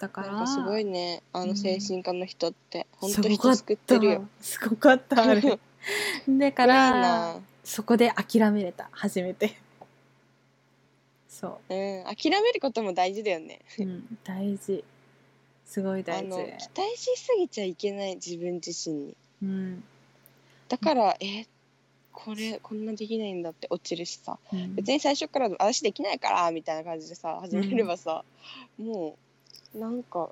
だかならんかすごいねあの精神科の人って、本当人すご救かっってたるよすごかった (laughs) あれだかいいらなそこで諦めれた初めてそうん、諦めることも大事だよね。う、うん、大事すごいあ大の事期、待しすぎちゃいけない自分自身に。うんだから、えこれこんなできないんだって落ちるしさうん別に最初から私できないからみたいな感じでさ始めればさ、もうなんか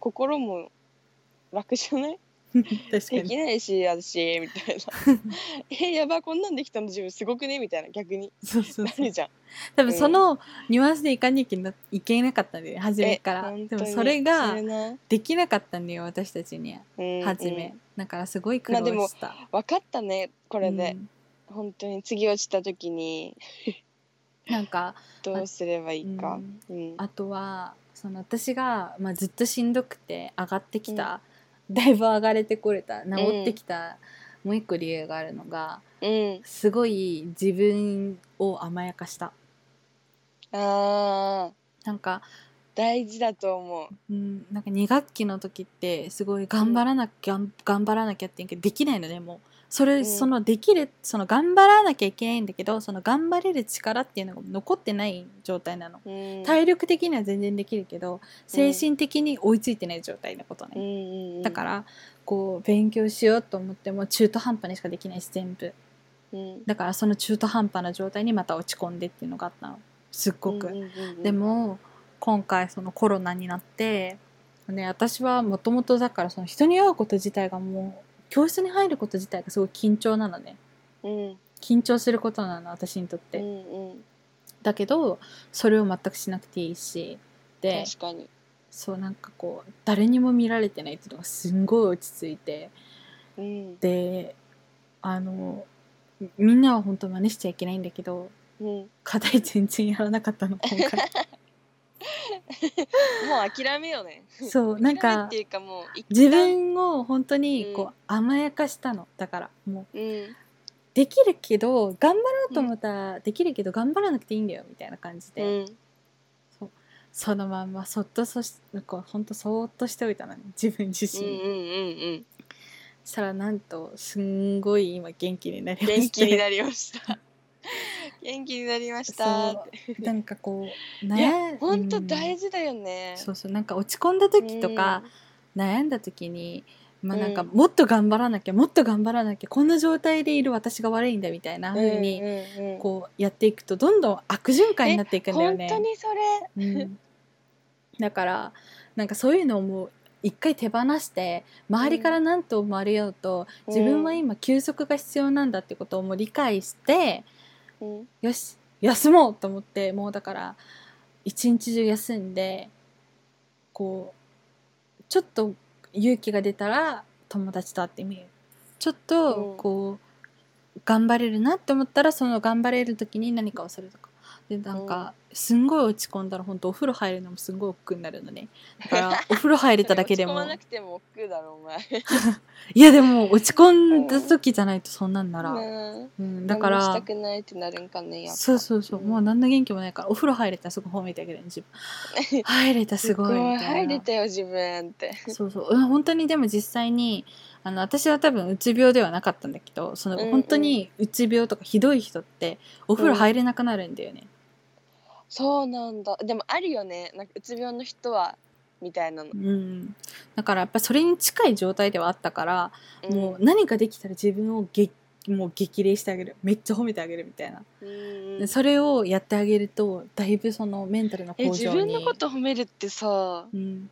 心も楽じゃない (laughs) 確かでにきないし私みたい (laughs) なえやばこんなんできたの自分すごくねみたいな逆にそうそうなそうるじゃん (laughs) 多分そのニュアンスでいかにいけないけなかったんで初めからえ本で当にもそれがそれなできなかったんだよ私たちにうん初うめんだからすごい苦労まあでもした分かったねここれで、本当に次落ちた時になんかどうすればいいかう、んうんあとはその私が、まあ、ずっとしんどくて上がってきた、だいぶ上がれてこれた治ってきた、もう一個理由があるのがうんすごい自分を甘やかしたあーなんか,、大事だと思ううん、なんか2学期の時ってすごい頑張らなきゃ、頑張らなきゃって言うけどできないのでもうそれ、うんそのできるその頑張らなきゃいけないんだけどその頑張れる力っていうのが残ってない状態なの。うん体力的には全然できるけど精神的に追いついてない状態のことね、うんうんうんだからこう勉強しようと思っても中途半端にしかできないし全部うんだからその中途半端な状態にまた落ち込んでっていうのがあったのすっごく、うんうんうんうんでも今回そのコロナになって、ね、私はもともとだからその人に会うこと自体がもう教室に入ること自体がすごい緊張なのねうん緊張することなの私にとって、うんうんだけどそれを全くしなくていいしで確かにそうなんかこう誰にも見られてないっていうのがすんごい落ち着いてうんであのみみんなは本当真似しちゃいけないんだけどうんもう課題全然やらなかったの今 (laughs) 回諦めよねそう (laughs) なん諦めっかていうかもう一旦自分を本当にうんこう甘やかしたのだからもううんできるけど頑張ろうと思ったらできるけど頑張らなくていいんだよみたいな感じうで、んそのまんまそっとそしこう本当そーっとしておいたのね自分自うんう身んに、うん (laughs) うんそしたらなんとすんごい今元気になりました元気になりました。元気になりましたっそて。うなんかこういやね、本当事大事だよね。そうそうなんか落ち込んだ時とか、悩んだ時にまあなんかうんもっと頑張らなきゃもっと頑張らなきゃこんな状態でいる私が悪いんだみたいなうん、風にうんうんうんこうやっていくとどんどん悪循環になっていくんだよ本ね当。にそれ。うんだからなんかそういうのをもう一回手放して周りから何と思われようと、うん自分は今休息が必要なんだってことをもう理解して、うんよし休もうと思ってもうだから一日中休んでこうちょっと勇気が出たら友達と会ってみるちょっうとんこう、頑張れるなって思ったらその頑張れる時に何かをするとかでなんか、すんごい落ち込んだら本当お風呂入るのもすんごい億劫になるのねだから (laughs) お風呂入れただけで落もち込まなくても億劫だろお前。いやでも落ち込んだ時じゃないとそんなんなら、うんうん、だから何もしたくないってなるんかねやっぱ。そうそうそう、うんもう何の元気もないからお風呂入れたらすごい褒めてあげるね自 (laughs) 分入れたすごいみたいな入れたよ自分って。そうそううん本当にでも実際にあの私は多分うつ病ではなかったんだけどその、うんうん本当にうつ病とかひどい人ってお風呂入れなくなるんだよね、そうなんだ。でもあるよね。なんかうつ病の人はみたいなのう。んだからやっぱそれに近い状態ではあったから、もう何かできたら自分をげもう激励してあげるめっちゃ褒めてあげるみたいな、うん。うんうでんそれをやってあげるとだいぶそのメンタルの向え上に自分のこと褒めるってさうん、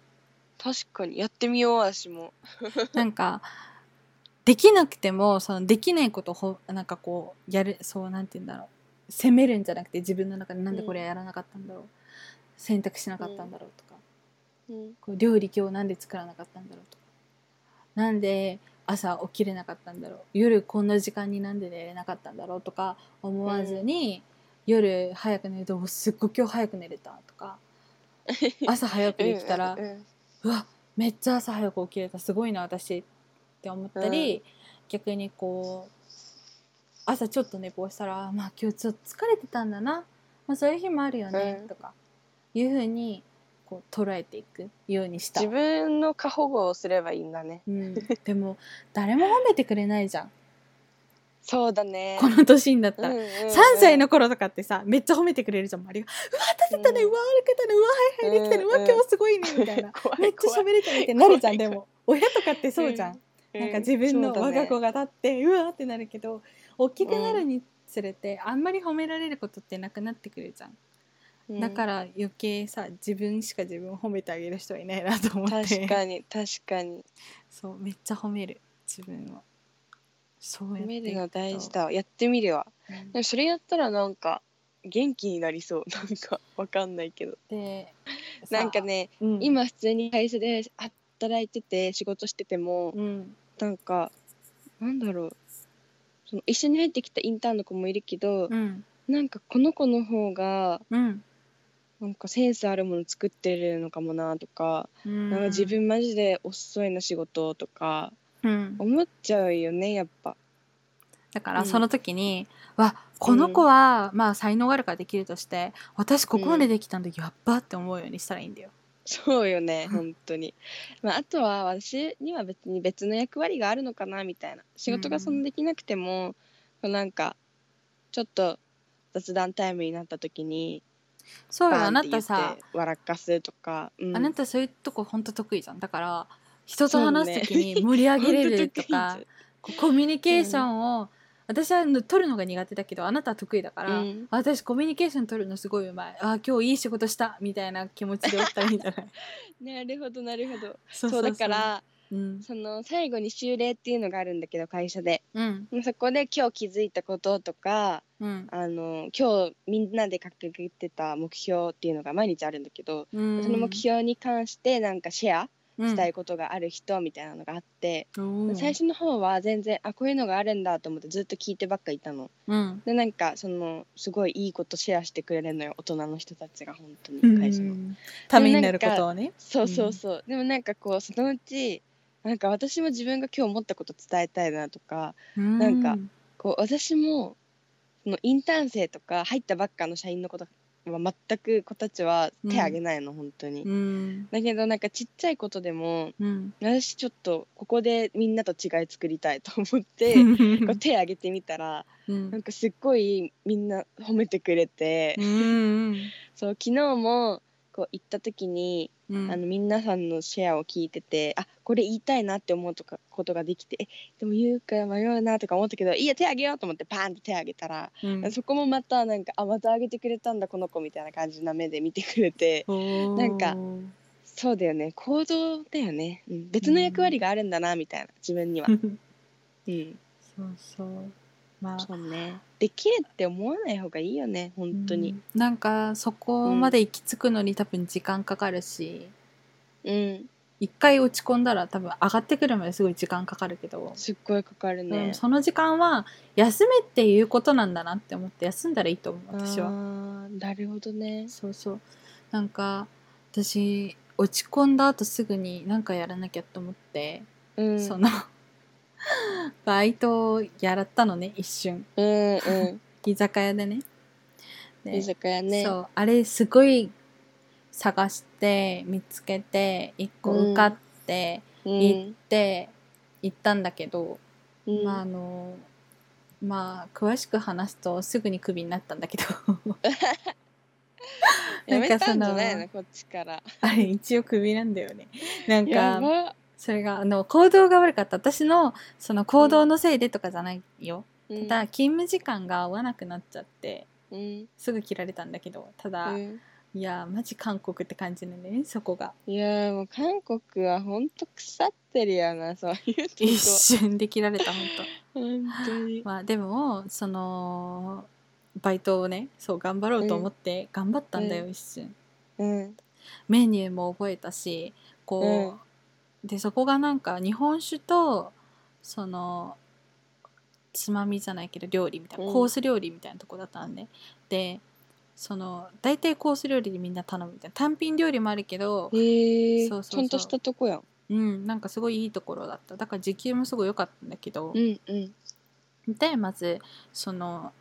確かにやってみよう私も。なんかできなくてもそのできないことをほなんかこうやるそうなんて言うんだろう責めるんじゃなくて自分の中でなんでこれやらなかったんだろう、選択しなかったんだろうとか、うんこう料理今日なんで作らなかったんだろうとかなんで朝起きれなかったんだろう夜こんな時間になんで寝れなかったんだろうとか思わずに、夜早く寝るとおすっごい今日早く寝れたと (laughs) か朝早く起きたら、うんうんうわめっちゃ朝早く起きれたすごいな私って思ったり、逆にこう朝ちょっと寝坊したらまあ今日ちょっと疲れてたんだな、まあ、そういう日もあるよね、うんとかいうふうにこう捉えていくようにした自、分の (laughs) 過保護をすればいいんだねうん、でも誰も褒めてくれないじゃんそうだねこの年になったら、うんうんうん3歳の頃とかってさめっちゃ褒めてくれるじゃん周りが「うわ立てたね、ううんわ歩けたねうわハイハイできたね、ううんうわん今日すごいね」みたいな「 (laughs) 怖いめっちゃ喋るれたね」ってなるじゃん怖でいも親とかってそうじゃん、なんか自分の我が子がが立ってう,、わーってなるけど大きくなるにつれてあんまり褒められることってなくなってくるじゃん、だからら余計さ自分しか自分を褒めてあげる人はいないなと思って確かに確かにそうめっちゃ褒める自分をそうや褒ってめいくるの大事と、だわやってみるわうんでもそれやったらなんか元気になりそうなんかわかんないけどでさなんかねうん今普通に会社で働いてて仕事しててもうんなんかなんだろうその一緒に入ってきたインターンの子もいるけどうんなんかこの子の方がうんなんかセンスあるもの作ってるのかもなとかうんなんか自分マジで遅いの仕事とかうん思っちゃうよねやっぱ。だかうらんその時に、わこの子は、まあ才能があるからできるとして私ここまでできたんだ、やっばって思うようにしたらいいんだよ。そうよねうん本当に、まあ、あとは私には別に別の役割があるのかなみたいな仕事がそんなできなくても、なんかちょっと雑談タイムになった時にそうよバあンっなて言たってさ、笑かすとか、うんあなたそういうとこほんと得意じゃんだから人と話す時に盛り上げれるとか、本こうコミュニケーションを、私はの取るのが苦手だけどあなたは得意だか当ら、得意じあ私コミュニケーション取るのすごいうまいあ今日いい仕事したみたいな気持ちでおったらいいんじゃないゃん (laughs) なるほどなるほどそ (laughs) そうだか、らうんその最後に修例っていうのがあるんだけど会社でうんそこで今日気づいたこととかうんあの今日みんなで掲げてた目標っていうのが毎日あるんだけど、うん、その目標に関してなんかシェアししたいことがある人みたいなのがあって、うん、最初の方は全然あこういうのがあるんだと思ってずっと聞いてばっかいたのうん、でなんかそのすごいいいことシェアしてくれるのよ大人の人たちが本当に会会社社ののためになることをね。そうそうそう、でもなんかこうそのうちなんか私も自分が今日思ったこと伝えたいなとかなんかこう私もそのインターン生とか入ったばっかの社員の子とかは全く子たちは手あげないの、本当に、うん、だけどなんかちっちゃいことでもうん、私ちょっとここでみんなと違い作りたいと思ってこうう手挙げてみたらなんん、かすっごいみんな褒めてくれて、そう昨日もこう行った時に、うん、あの皆さんのシェアを聞いててあこれ言いたいなって思うとかことができてえでも言うか迷うなとか思ったけどいいや手挙げようと思ってパーンって手挙げたら、うん、そこもまたなんかあまた挙げてくれたんだこの子みたいな感じな目で見てくれて。 (laughs) なんかそうだよね行動だよね、うん、別の役割があるんだなみたいな自分には、うん、そうそう、まあ、そうねできるって思わない方がいいよね本当にうん。なんかそこまで行き着くのに多分時間かかるし、うん、一回落ち込んだら多分上がってくるまですごい時間かかるけど、すっごいかかるうねん、、その時間は休めっていうことなんだなって思って休んだらいいと思う私は。あーなるほどねそうそうなんか私落ち込んだ後すぐに何かやらなきゃと思って、うんその (laughs) バイトをやらったのね一瞬うんう居酒屋でねんで居酒屋ねそうあれすごい探して見つけて一個受かって、うんで行ったんだけど、うんまああのまあ詳しく話すとすぐにクビになったんだけ (laughs) どやめたんじゃないなんのこっちからあれ一応クビなんだよねなんやかば、それがあの行動が悪かった私のその行動のせいでとかじゃないよ、うん、ただ勤務時間が合わなくなっちゃってうんすぐ切られたんだけどただ、うんいやマジ韓国って感じなんだよねそこがいやーもう韓国はほんと腐ってるよなそういうとこ一瞬で切られた本本当に当 (laughs) まあでもそのバイトをねそう頑張ろうと思って頑張ったんだよ、う一瞬うんメニューも覚えたしこう、でそこがなんか日本酒とそのつまみじゃないけど料理みたいな、うんコース料理みたいなとこだったんででその大体コース料理でみんな頼むみたいな単品料理もあるけどへえそうそうそうちゃんとしたとこやんうんなんかすごいいいところだっただから時給もすごい良かったんだけど、うんうんでまずその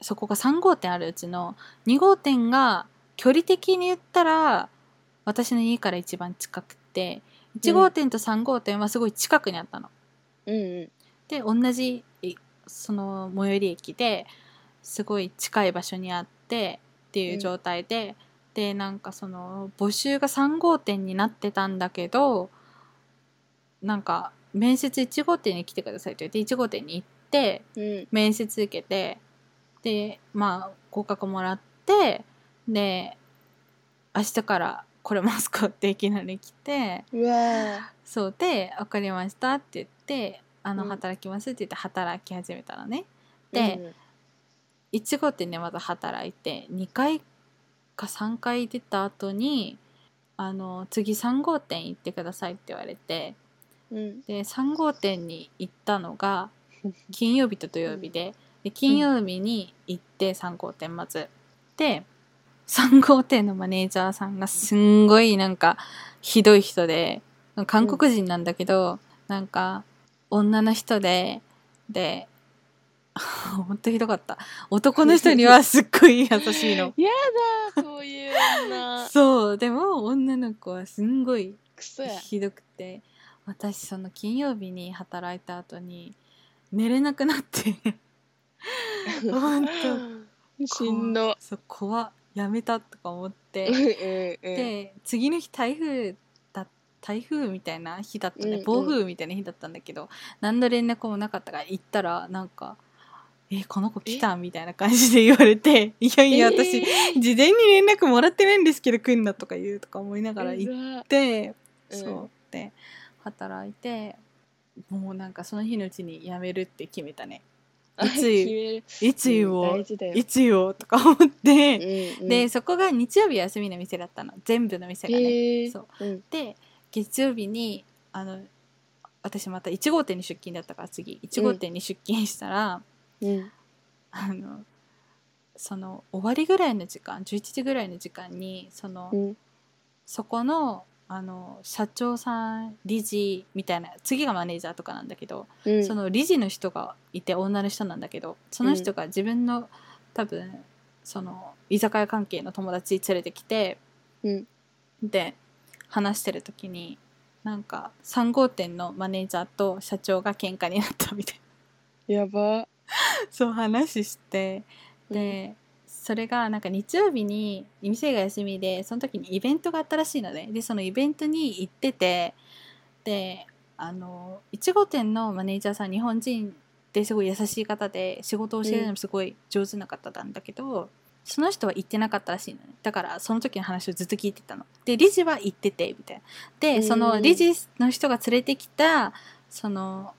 そこが3号店あるうちの2号店が距離的に言ったら私の家から一番近くて1号店と3号店はすごい近くにあったの。うんで同じいその最寄り駅ですごい近い場所にあってっていう状態で、でなんかその募集が3号店になってたんだけどなんか面接1号店に来てくださいと言って1号店に行ってうん面接受けてでまあ合格もらってで明日から来れますかっていきなり来てうわそうで「分かりました」って言って「あのうん働きます」って言って働き始めたらねーで、1号店でまた働いて2回か3回出た後にあの次3号店行ってくださいって言われてうんうんで3号店に行ったのが金曜日と土曜日でで金曜日に行って3号店まずで3号店のマネージャーさんがすんごいなんかひどい人で韓国人なんだけど、なんか女の人でで (laughs) ほんとひどかった男の人にはすっごい優しいの (laughs) やだそういう (laughs) 女そうでも女の子はすんごいクソやひどくて私その金曜日に働いた後に寝れなくなってほんと (laughs) しんどこそう怖っやめたとか思っうんう (laughs) てんうんで次の日台風だ台風みたいな日だったうんうねん暴風みたいな日だったんだけど何の連絡もなかったから行ったらなんか「えこの子来た?」みたいな感じで言われて「いやいや私、えー事前に連絡もらってないんですけど来んな」とか言うとか思いながら行っうわって、うんそうで働いてもうなんかその日のうちに辞めるって決めたねあいつ言う決めるいつ言うんお大う事だよいつ言おうとか思って、うんうんでそこが日曜日休みの店だったの全部の店がね、へーそううんで月曜日にあの私また1号店に出勤だったから次1号店に出勤したら、うんあのその終わりぐらいの時間11時ぐらいの時間にその、うんそこのあの社長さん理事みたいな次がマネージャーとかなんだけど、うんその理事の人がいて女の人なんだけどその人が自分の、多分その居酒屋関係の友達連れてきてうんで話してる時になんか3号店のマネージャーと社長が喧嘩にな (laughs) ったみたいやばなそう話してで、それがなんか日曜日に店が休みでその時にイベントがあったらしいのででそのイベントに行っててであの1号店のマネージャーさん日本人ですごい優しい方で仕事を教えるのもすごい上手な方なんだけど、その人は行ってなかったらしいのねだからその時の話をずっと聞いてたので理事は行っててみたいなうでんその理事の人が連れてきたその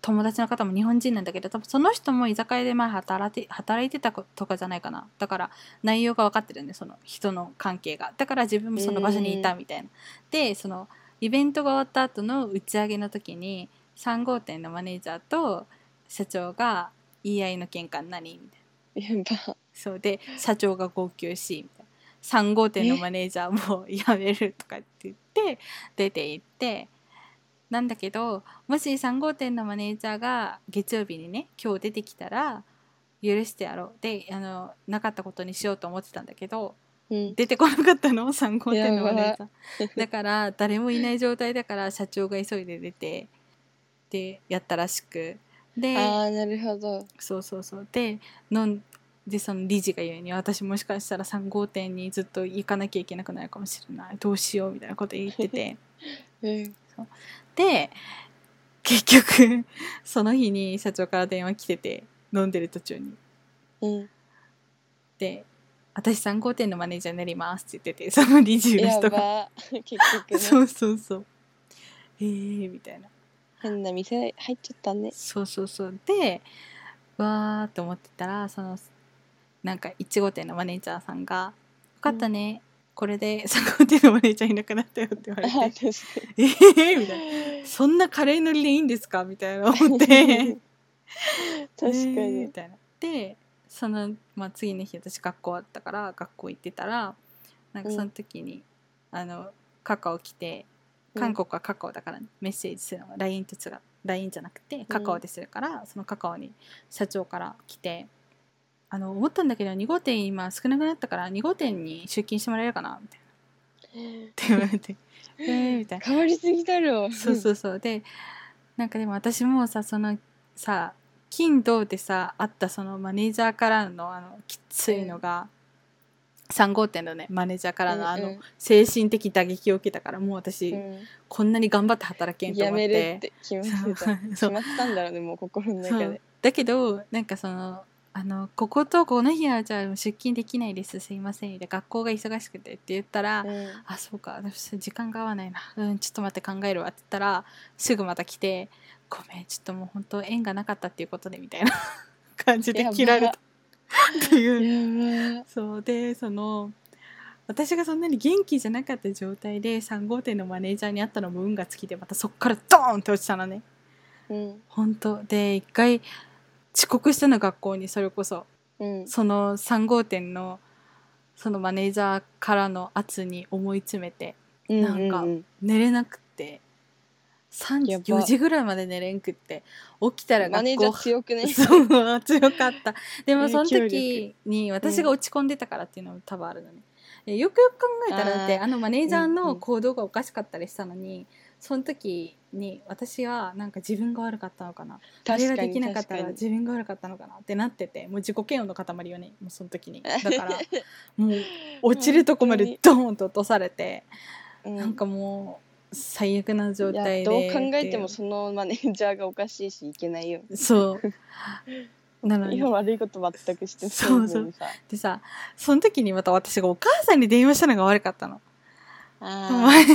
友達の方も日本人なんだけど多分その人も居酒屋で前働いて働いてたとかじゃないかなだから内容が分かってるんでその人の関係がだから自分もその場所にいたみたいなでそのイベントが終わった後の打ち上げの時に3号店のマネージャーと社長が言い合いの喧嘩になりみたいなやばそうで社長が号泣しみたいな3号店のマネージャーも (laughs) 辞めるとかって言って出て行ってなんだけどもし3号店のマネージャーが月曜日にね今日出てきたら許してやろうであのなかったことにしようと思ってたんだけどうん出てこなかったの3号店のマネーやジャーだから誰もいない状態だから社長が急いで出てでやったらしくであーなるほどそうそうそうで飲んでその理事が言うに私もしかしたら3号店にずっと行かなきゃいけなくなるかもしれないどうしようみたいなこと言ってて (laughs) うんで結局その日に社長から電話来てて飲んでる途中にうんで「私3号店のマネージャーになります」って言っててその理事のや人がば (laughs) 結「(laughs) 局そねうそうそうえー」みたいな変な店入っちゃったねそうそうそうでわーって思ってたらそのなんか1号店のマネージャーさんが「よかったね、これで3号店 (laughs) のマネージャーいなくなったよ」って言わ (laughs) れあーて確「ええー!」みたかいな「 (laughs) にそんなカレーのりでいいんですか?」みたいな思って。確かえーにみたいなでその、まあ、次の日私学校あったから学校行ってたらなんかうんその時に、あのカカオ来て韓国はカカオだからね、メッセージするのが LINE と違う LINE じゃなくてカカオでするから、そのカカオに社長から来て「あの思ったんだけど2号店今少なくなったから2号店に出勤してもらえるかな」みたいなって言われ (laughs) て「えー」みたいな。変わりすぎだろそうそうそうでなんかでも私もさそのさ金銅でさあったそのマネージャーからのあのきついのが、3号店のねマネージャーからのあうんうのん精神的打撃を受けたからもう私、うんこんなに頑張って働けんとや思っめるってて決まってた決そうまったんだろうねもう心のそ中うでだけどなんかそのあのこことこの日はじゃあ出勤できないですすいませんで学校が忙しくてって言ったら、うんあそうか私時間が合わないな、うん、ちょっと待って考えるわって言ったらすぐまた来て「ごめんちょっともう本当縁がなかったっていうことで」みたいな (laughs) 感じで切られたっていうやばいそうでその私がそんなに元気じゃなかった状態で3号店のマネージャーに会ったのも運が尽きてまたそっからドーンって落ちたのねうん本当で一回遅刻したの学校にそれこそうんその3号店のそのマネージャーからの圧に思い詰めてなんかうう寝れなくってや3ば時4時ぐらいまで寝れんくって起きたらマネ学ージャ校ー強くね (laughs) そう強かったでもその影響時に私が落ち込んでたからっていうのも多分あるのねでよくよく考えたらだってああのマネージャーうんうのん行動がおかしかったりしたのにその時に私はなんか自分が悪かったのかなあれが確かできになかっ確たからに自分が悪かったのかなってなっててもう自己嫌悪の塊よねもうその時にだから (laughs) もう落ちるとこまでドーンと落とされて。ななんかもう最悪な状態でどう考えてもってそのマネージャーがおかしいしいけないよいうそうなのに今悪いこと全くしてそうのにさでさその時にまた私がお母さんに電話したのが悪かったのマあネージャ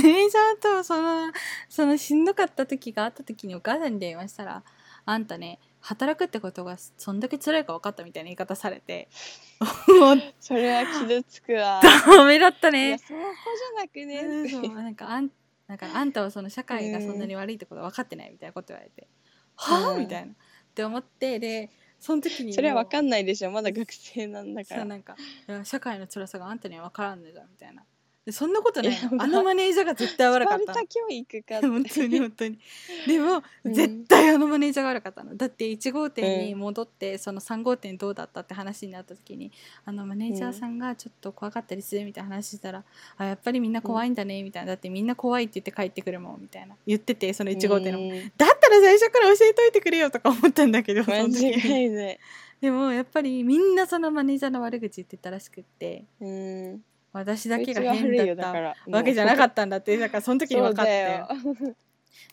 ーとそのそのしんどかった時があった時にお母さんに電話したら「あんたね働くってことがそんだけ辛いか分かった」みたいな言い方され (laughs) て「もうーそれは傷つくわダメだったいねや」そこじゃなくねそうそうなんかあんなんかあんたはその社会がそんなに悪いってことは分かってないみたいなこと言われて、はあうんみたいなって思ってでその時にそれは分かんんないでしょまだ学生なんだかそうらなんかいや社会の辛さがあんたには分からんねだみたいなでそんなことないいやのあのマネージャーが絶対悪かっスパたルタの教育 (laughs) か本当に本当 (laughs) にでも、うん絶対あのマネージャーが悪かったのだって1号店に戻って、その3号店どうだったって話になった時にあのマネージャーさんがちょっと怖かったりするみたいな話したら、あやっぱりみんな怖いんだねみたいなだってみんな怖いって言って帰ってくるもんみたいな言っててその1号店の、うんだったら最初から教えといてくれよとか思ったんだけ (laughs) どそ間の時違いないでもやっぱりみんなそのマネージャーの悪口言ってたらしくってうん私だけがこいつは悪い変よだったからわけじゃなかっったんだってだからそのた時に分かって。そうだよ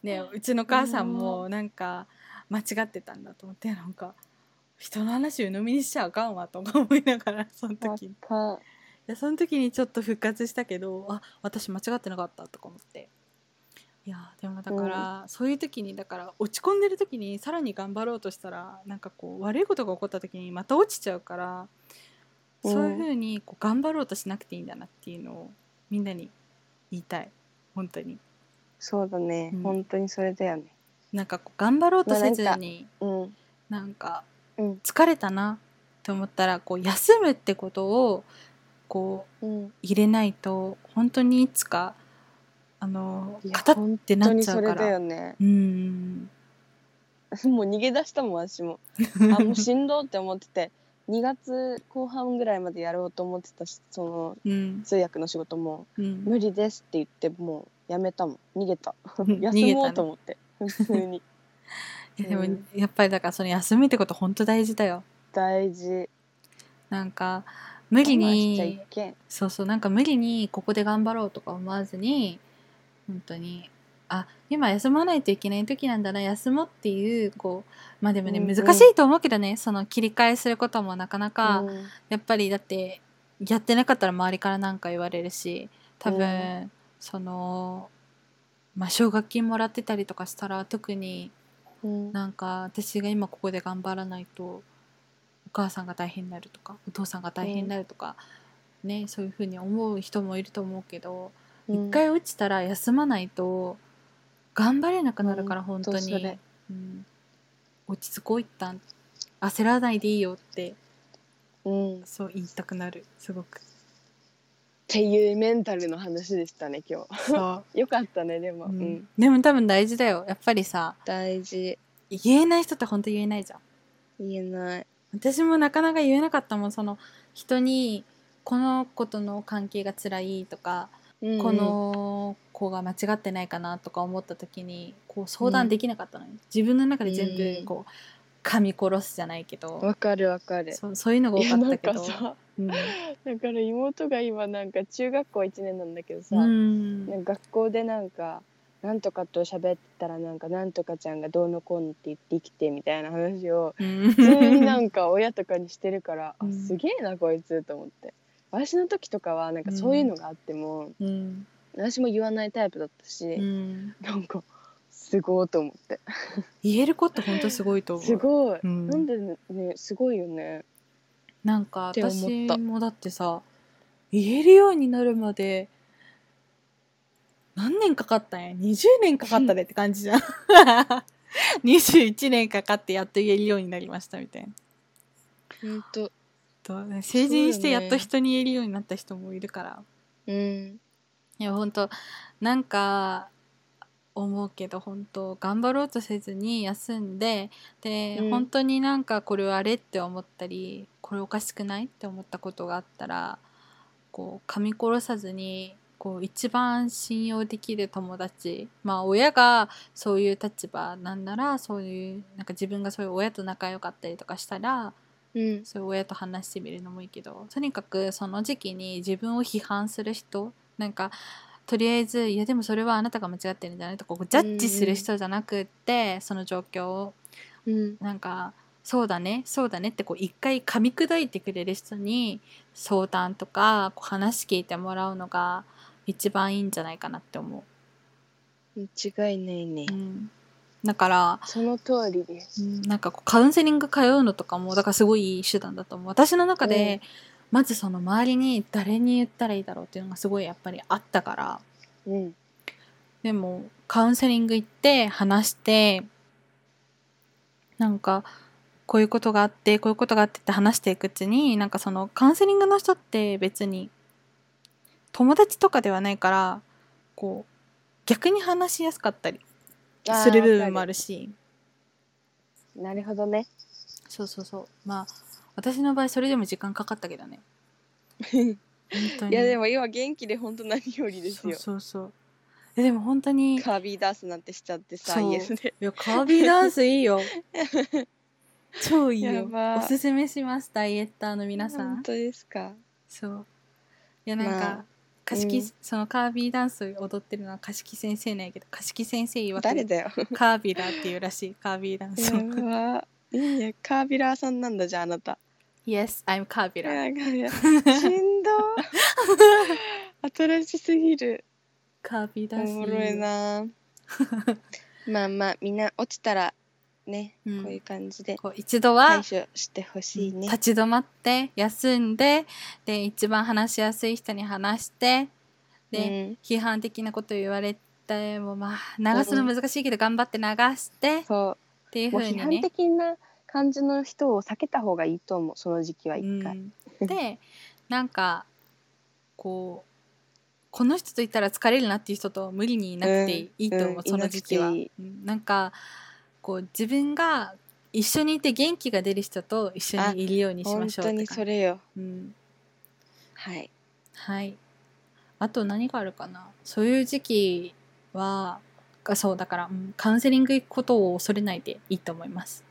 ねうちの母さんもなんか間違ってたんだと思ってなんか人の話を鵜呑みにしちゃあかんわとか思いながら (laughs) そのわ時にいかやその時にちょっと復活したけどあ私間違ってなかったとか思っていやでもだから、そういう時にだから落ち込んでる時にさらに頑張ろうとしたらなんかこう悪いことが起こった時にまた落ちちゃうから、うんそういうふうにこう頑張ろうとしなくていいんだなっていうのをみんなに言いたい本当にそうだね、うん本当にそれだよねなんかこう頑張ろうとせずまあなんに、うんなんかうん疲れたなって思ったらこう休むってことをこううん入れないと本当にいつかあのいや肩ってな本当っにちゃそうれかだらよね (laughs) うんもう逃げ出したもん (laughs) 私もあもうしんどって思ってて2月後半ぐらいまでやろうと思ってたしそのうん通訳の仕事もうん無理ですって言ってもうやめたもん逃げたうん逃休げもたうとね (laughs) 思って普通にいやでもうんやっぱりだからその休みってこと本当大事だよ大事なんか無理我慢しちゃいにけんそうそうなんか無理にここで頑張ろうとか思わずに本当にあ今休まないといけない時なんだな休もうっていうこうまあでもねうんう難んしいと思うけどね、その切り替えすることもなかなか、うんやっぱりだってやってなかったら周りから何か言われるし多分、うそのまあ奨学金もらってたりとかしたら特にうんなんか私が今ここで頑張らないとお母さんが大変になるとかお父さんが大変になるとか、ねそういうふうに思う人もいると思うけど一、うん回落ちたら休まないと頑張れなくなるから本本当当に、それうん、落ち着こう一旦焦らないでいいよってうんっそう言いたくなるすご (laughs) く。ていうメンタルの話でしたね今日 (laughs) そよかったねでも、う、ううんん、でも多分大事だよやっぱりさ大事言えない人って本当言えないじゃん言えない私もなかなか言えなかったもんその人にこの子との関係が辛いとか、うんうんこの子が間違ってないかなとか思った時にこう相談できなかったのに、自分の中で全うん部こう、噛み殺すじゃないけどわかるわかるそそういうのが多いかやっなたんけかどさうんだから妹が今なんか中学校1年なんだけどさ、うん (laughs) なんか学校でなんかなんとかと喋ったらなんかなんとかちゃんがどうのこうのって言って生きてみたいな話をうん普通になんか親とかにしてるから、うんあすげえなこいつと思って私の時とかはなんかそういうのがあっても、うん私も言わないタイプだったし、うんなんかすごいと思って言える子って本当すごいと思うすごい、うんなんでねすごいよねなんかって思私ったもだってさ言えるようになるまで何年かかったんや20年かかったでって感じじゃん (laughs) 21年かかってやっと言えるようになりましたみたいな本当と成人してやっと人に言えるようになった人もいるから、うんいや本当なんか思うけど本当頑張ろうとせずに休んでで、うん本当になんかこれあれって思ったりこれおかしくないって思ったことがあったらこう噛み殺さずにこう一番信用できる友達まあ親がそういう立場なんならそういうなんか自分がそういう親と仲良かったりとかしたらうんそういう親と話してみるのもいいけどとにかくその時期に自分を批判する人なんかとりあえずいやでもそれはあなたが間違ってるんじゃないとかこうジャッジする人じゃなくって、その状況をうんなんかそうだねそうだねってこう一回噛み砕いてくれる人に相談とかこう話聞いてもらうのが一番いいんじゃないかなって思間違いないうね、、うん、だからその通りです、なんかこうカウンセリング通うのとかもだからすごいいい手段だと思う私の中で、まずその周りに誰に言ったらいいだろうっていうのがすごいやっぱりあったからうんでもカウンセリング行って話してなんかこういうことがあってこういうことがあってって話していくうちになんかそのカウンセリングの人って別に友達とかではないからこう逆に話しやすかったりする部分もあるるし。なるほどねそうそうそうまあ私の場合それでも時間かかったけどね本当にいやでも今元気で本当何よりですよそうそうそうえでも本当にいカービーダンスなんてしちゃってさそうイエスでやカービーダンスいい (laughs) よ超いいやよばおすすめしますダイエッターの皆さ本ん当ですかそういやなんか、まあ貸し木うんそのカービーダンス踊ってるのは貸し木先生なんやけど貸し木先生曰誰くだよカービーだっていうらしいカービーダン (laughs) スをやばいいねカービラーさんなんだじゃああなた Yes I'm カービいラやいやいやしん (laughs) どー新しすぎるカービーおダンスもろいなーまあまあみんな落ちたらね、うんこういう感じでこう一度は対処してほしいね、立ち止まって休んでで一番話しやすい人に話してで、批判的なこと言われてもまあ流すの難しいけど頑張って流してっうん、そていううふもううに批判ね。的な感じの人を避けた方がいいと思うその時期はう一回、ん、でなんかこうこの人といたら疲れるなっていう人と無理にいなくていいと思う、うんその時期は。いなくうんなんかこう自分が一緒にいて元気が出る人と一緒にいるようにしま本しょう当ってに感そじ。れようんはいはい。あと何があるかな。そういう時期は、がそうだから、うんカウンセリング行くことを恐れないでいいと思います。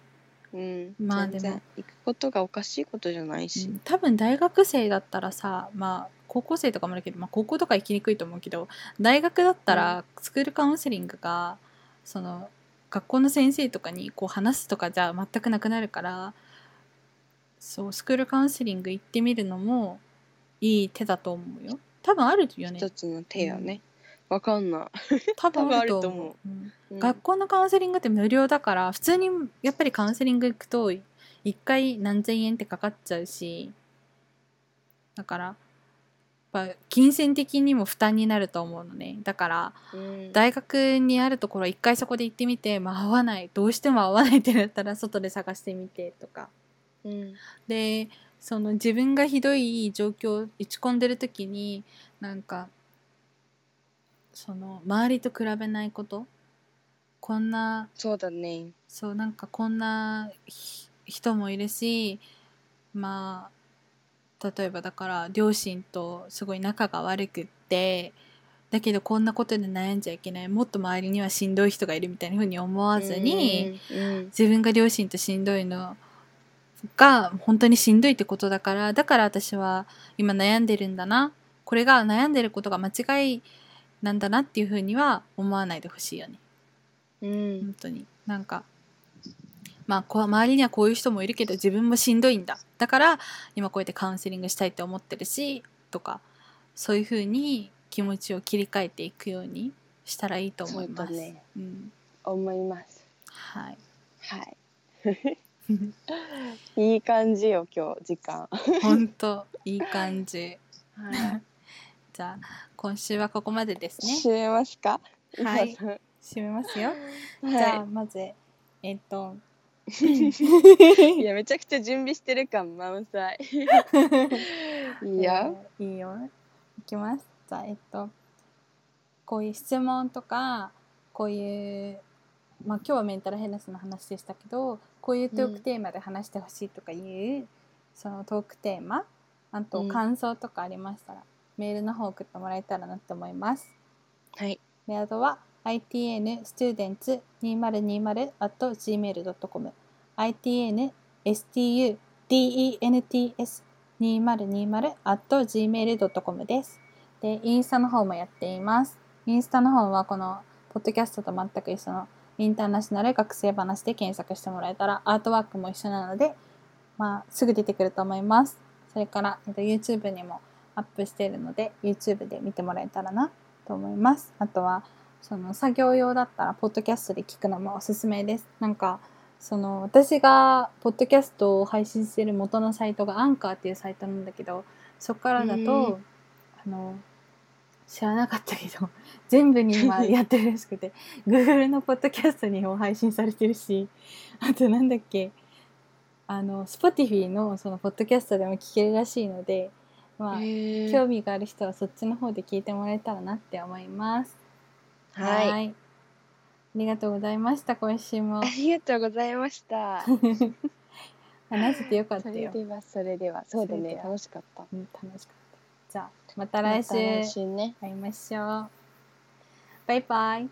うん、まあ全でも然行くことがおかしいことじゃないうし、ん多分大学生だったらさ、まあ高校生とかもあるけど、まあ高校とか行きにくいと思うけど、大学だったらスクールカウンセリングが、その学校の先生とかにこう話すとかじゃ全くなくなるから、そう、スクールカウンセリング行ってみるのもいい手だと思うよ。多分あるよね。一つの手よね、わかんな多分あると多分ある思と思うう。うんい、学校のカウンセリングって無料だから普通にやっぱりカウンセリング行くと1回何千円ってかかっちゃうしだからやっぱ金銭的にも負担になると思うのねだからうん大学にあるところ1回そこで行ってみて、まあ、合わないどうしても合わないってなったら外で探してみてとかうんでその自分がひどい状況打ち込んでる時になんかその周りと比べないことこんなそうだねそうなんかこんなひ人もいるしまあ例えばだから両親とすごい仲が悪くってだけどこんなことで悩んじゃいけないもっと周りにはしんどい人がいるみたいな風に思わずに、うん自分が両親としんどいのが本当にしんどいってことだからだから私は今悩んでるんだなこれが悩んでることが間違いなんだなっていうふうには思わないでほしいよねうんうん本当になんかまあこう周りにはこういう人もいるけど自分もしんどいんだだから今こうやってカウンセリングしたいって思ってるしとかそういうふうに気持ちを切り替えていくようにしたらいいと思います。そうだねうん思いますはい、 (laughs) はいいい感じよ今日時間本当いい感じ。はいじゃあ今週はここまでですね。閉めますかはい伊沢さ締めますよ。んじゃあはまずえっ (laughs) と (laughs) いいやめちゃくちゃ準備してる感満載いいよ、えーいいよ。いきます。じゃあ、えっと、こういう質問とか、こういう、まあ今日はメンタルヘルスの話でしたけど、こういうトークテーマで話してほしいとかいう、そのトークテーマ、あとうん感想とかありましたら、メールの方送ってもらえたらなと思います。はいメアドは itnstudents2020.gmail.com itnstudents2020.gmail.com です。で、インスタの方もやっています。インスタの方はこの、ポッドキャストと全く一緒のインターナショナル学生話で検索してもらえたら、アートワークも一緒なので、まあ、すぐ出てくると思います。それから、えっと、YouTube にもアップしているので、YouTube で見てもらえたらなと思います。あとは、その作業用だったら、ポッドキャストで聞くのもおすすめです。なんか、その、私が、ポッドキャストを配信している元のサイトが、アンカーっていうサイトなんだけど、そこからだうんと、あの、知らなかったけど、 (laughs) 全部に (laughs) 今やってるらしくて、Google のポッドキャストにも配信されてるし、あとなんだっけ、あの、Spotify のそのポッドキャストでも聞けるらしいので、まあ、えー興味がある人はそっちの方で聞いてもらえたらなって思います。はいーいありがとうございました、今週も (laughs) あ。りがとうございました。話せてよかっそたれよ。ではそれではそうそだれねでは楽しかった。うん楽しかった。じゃあ、また来週また来週ね。会いましょう。バイバイ。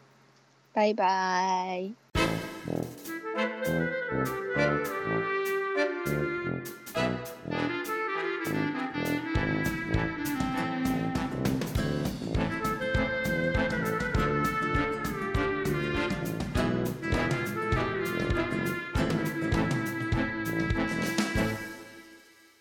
バイバイ。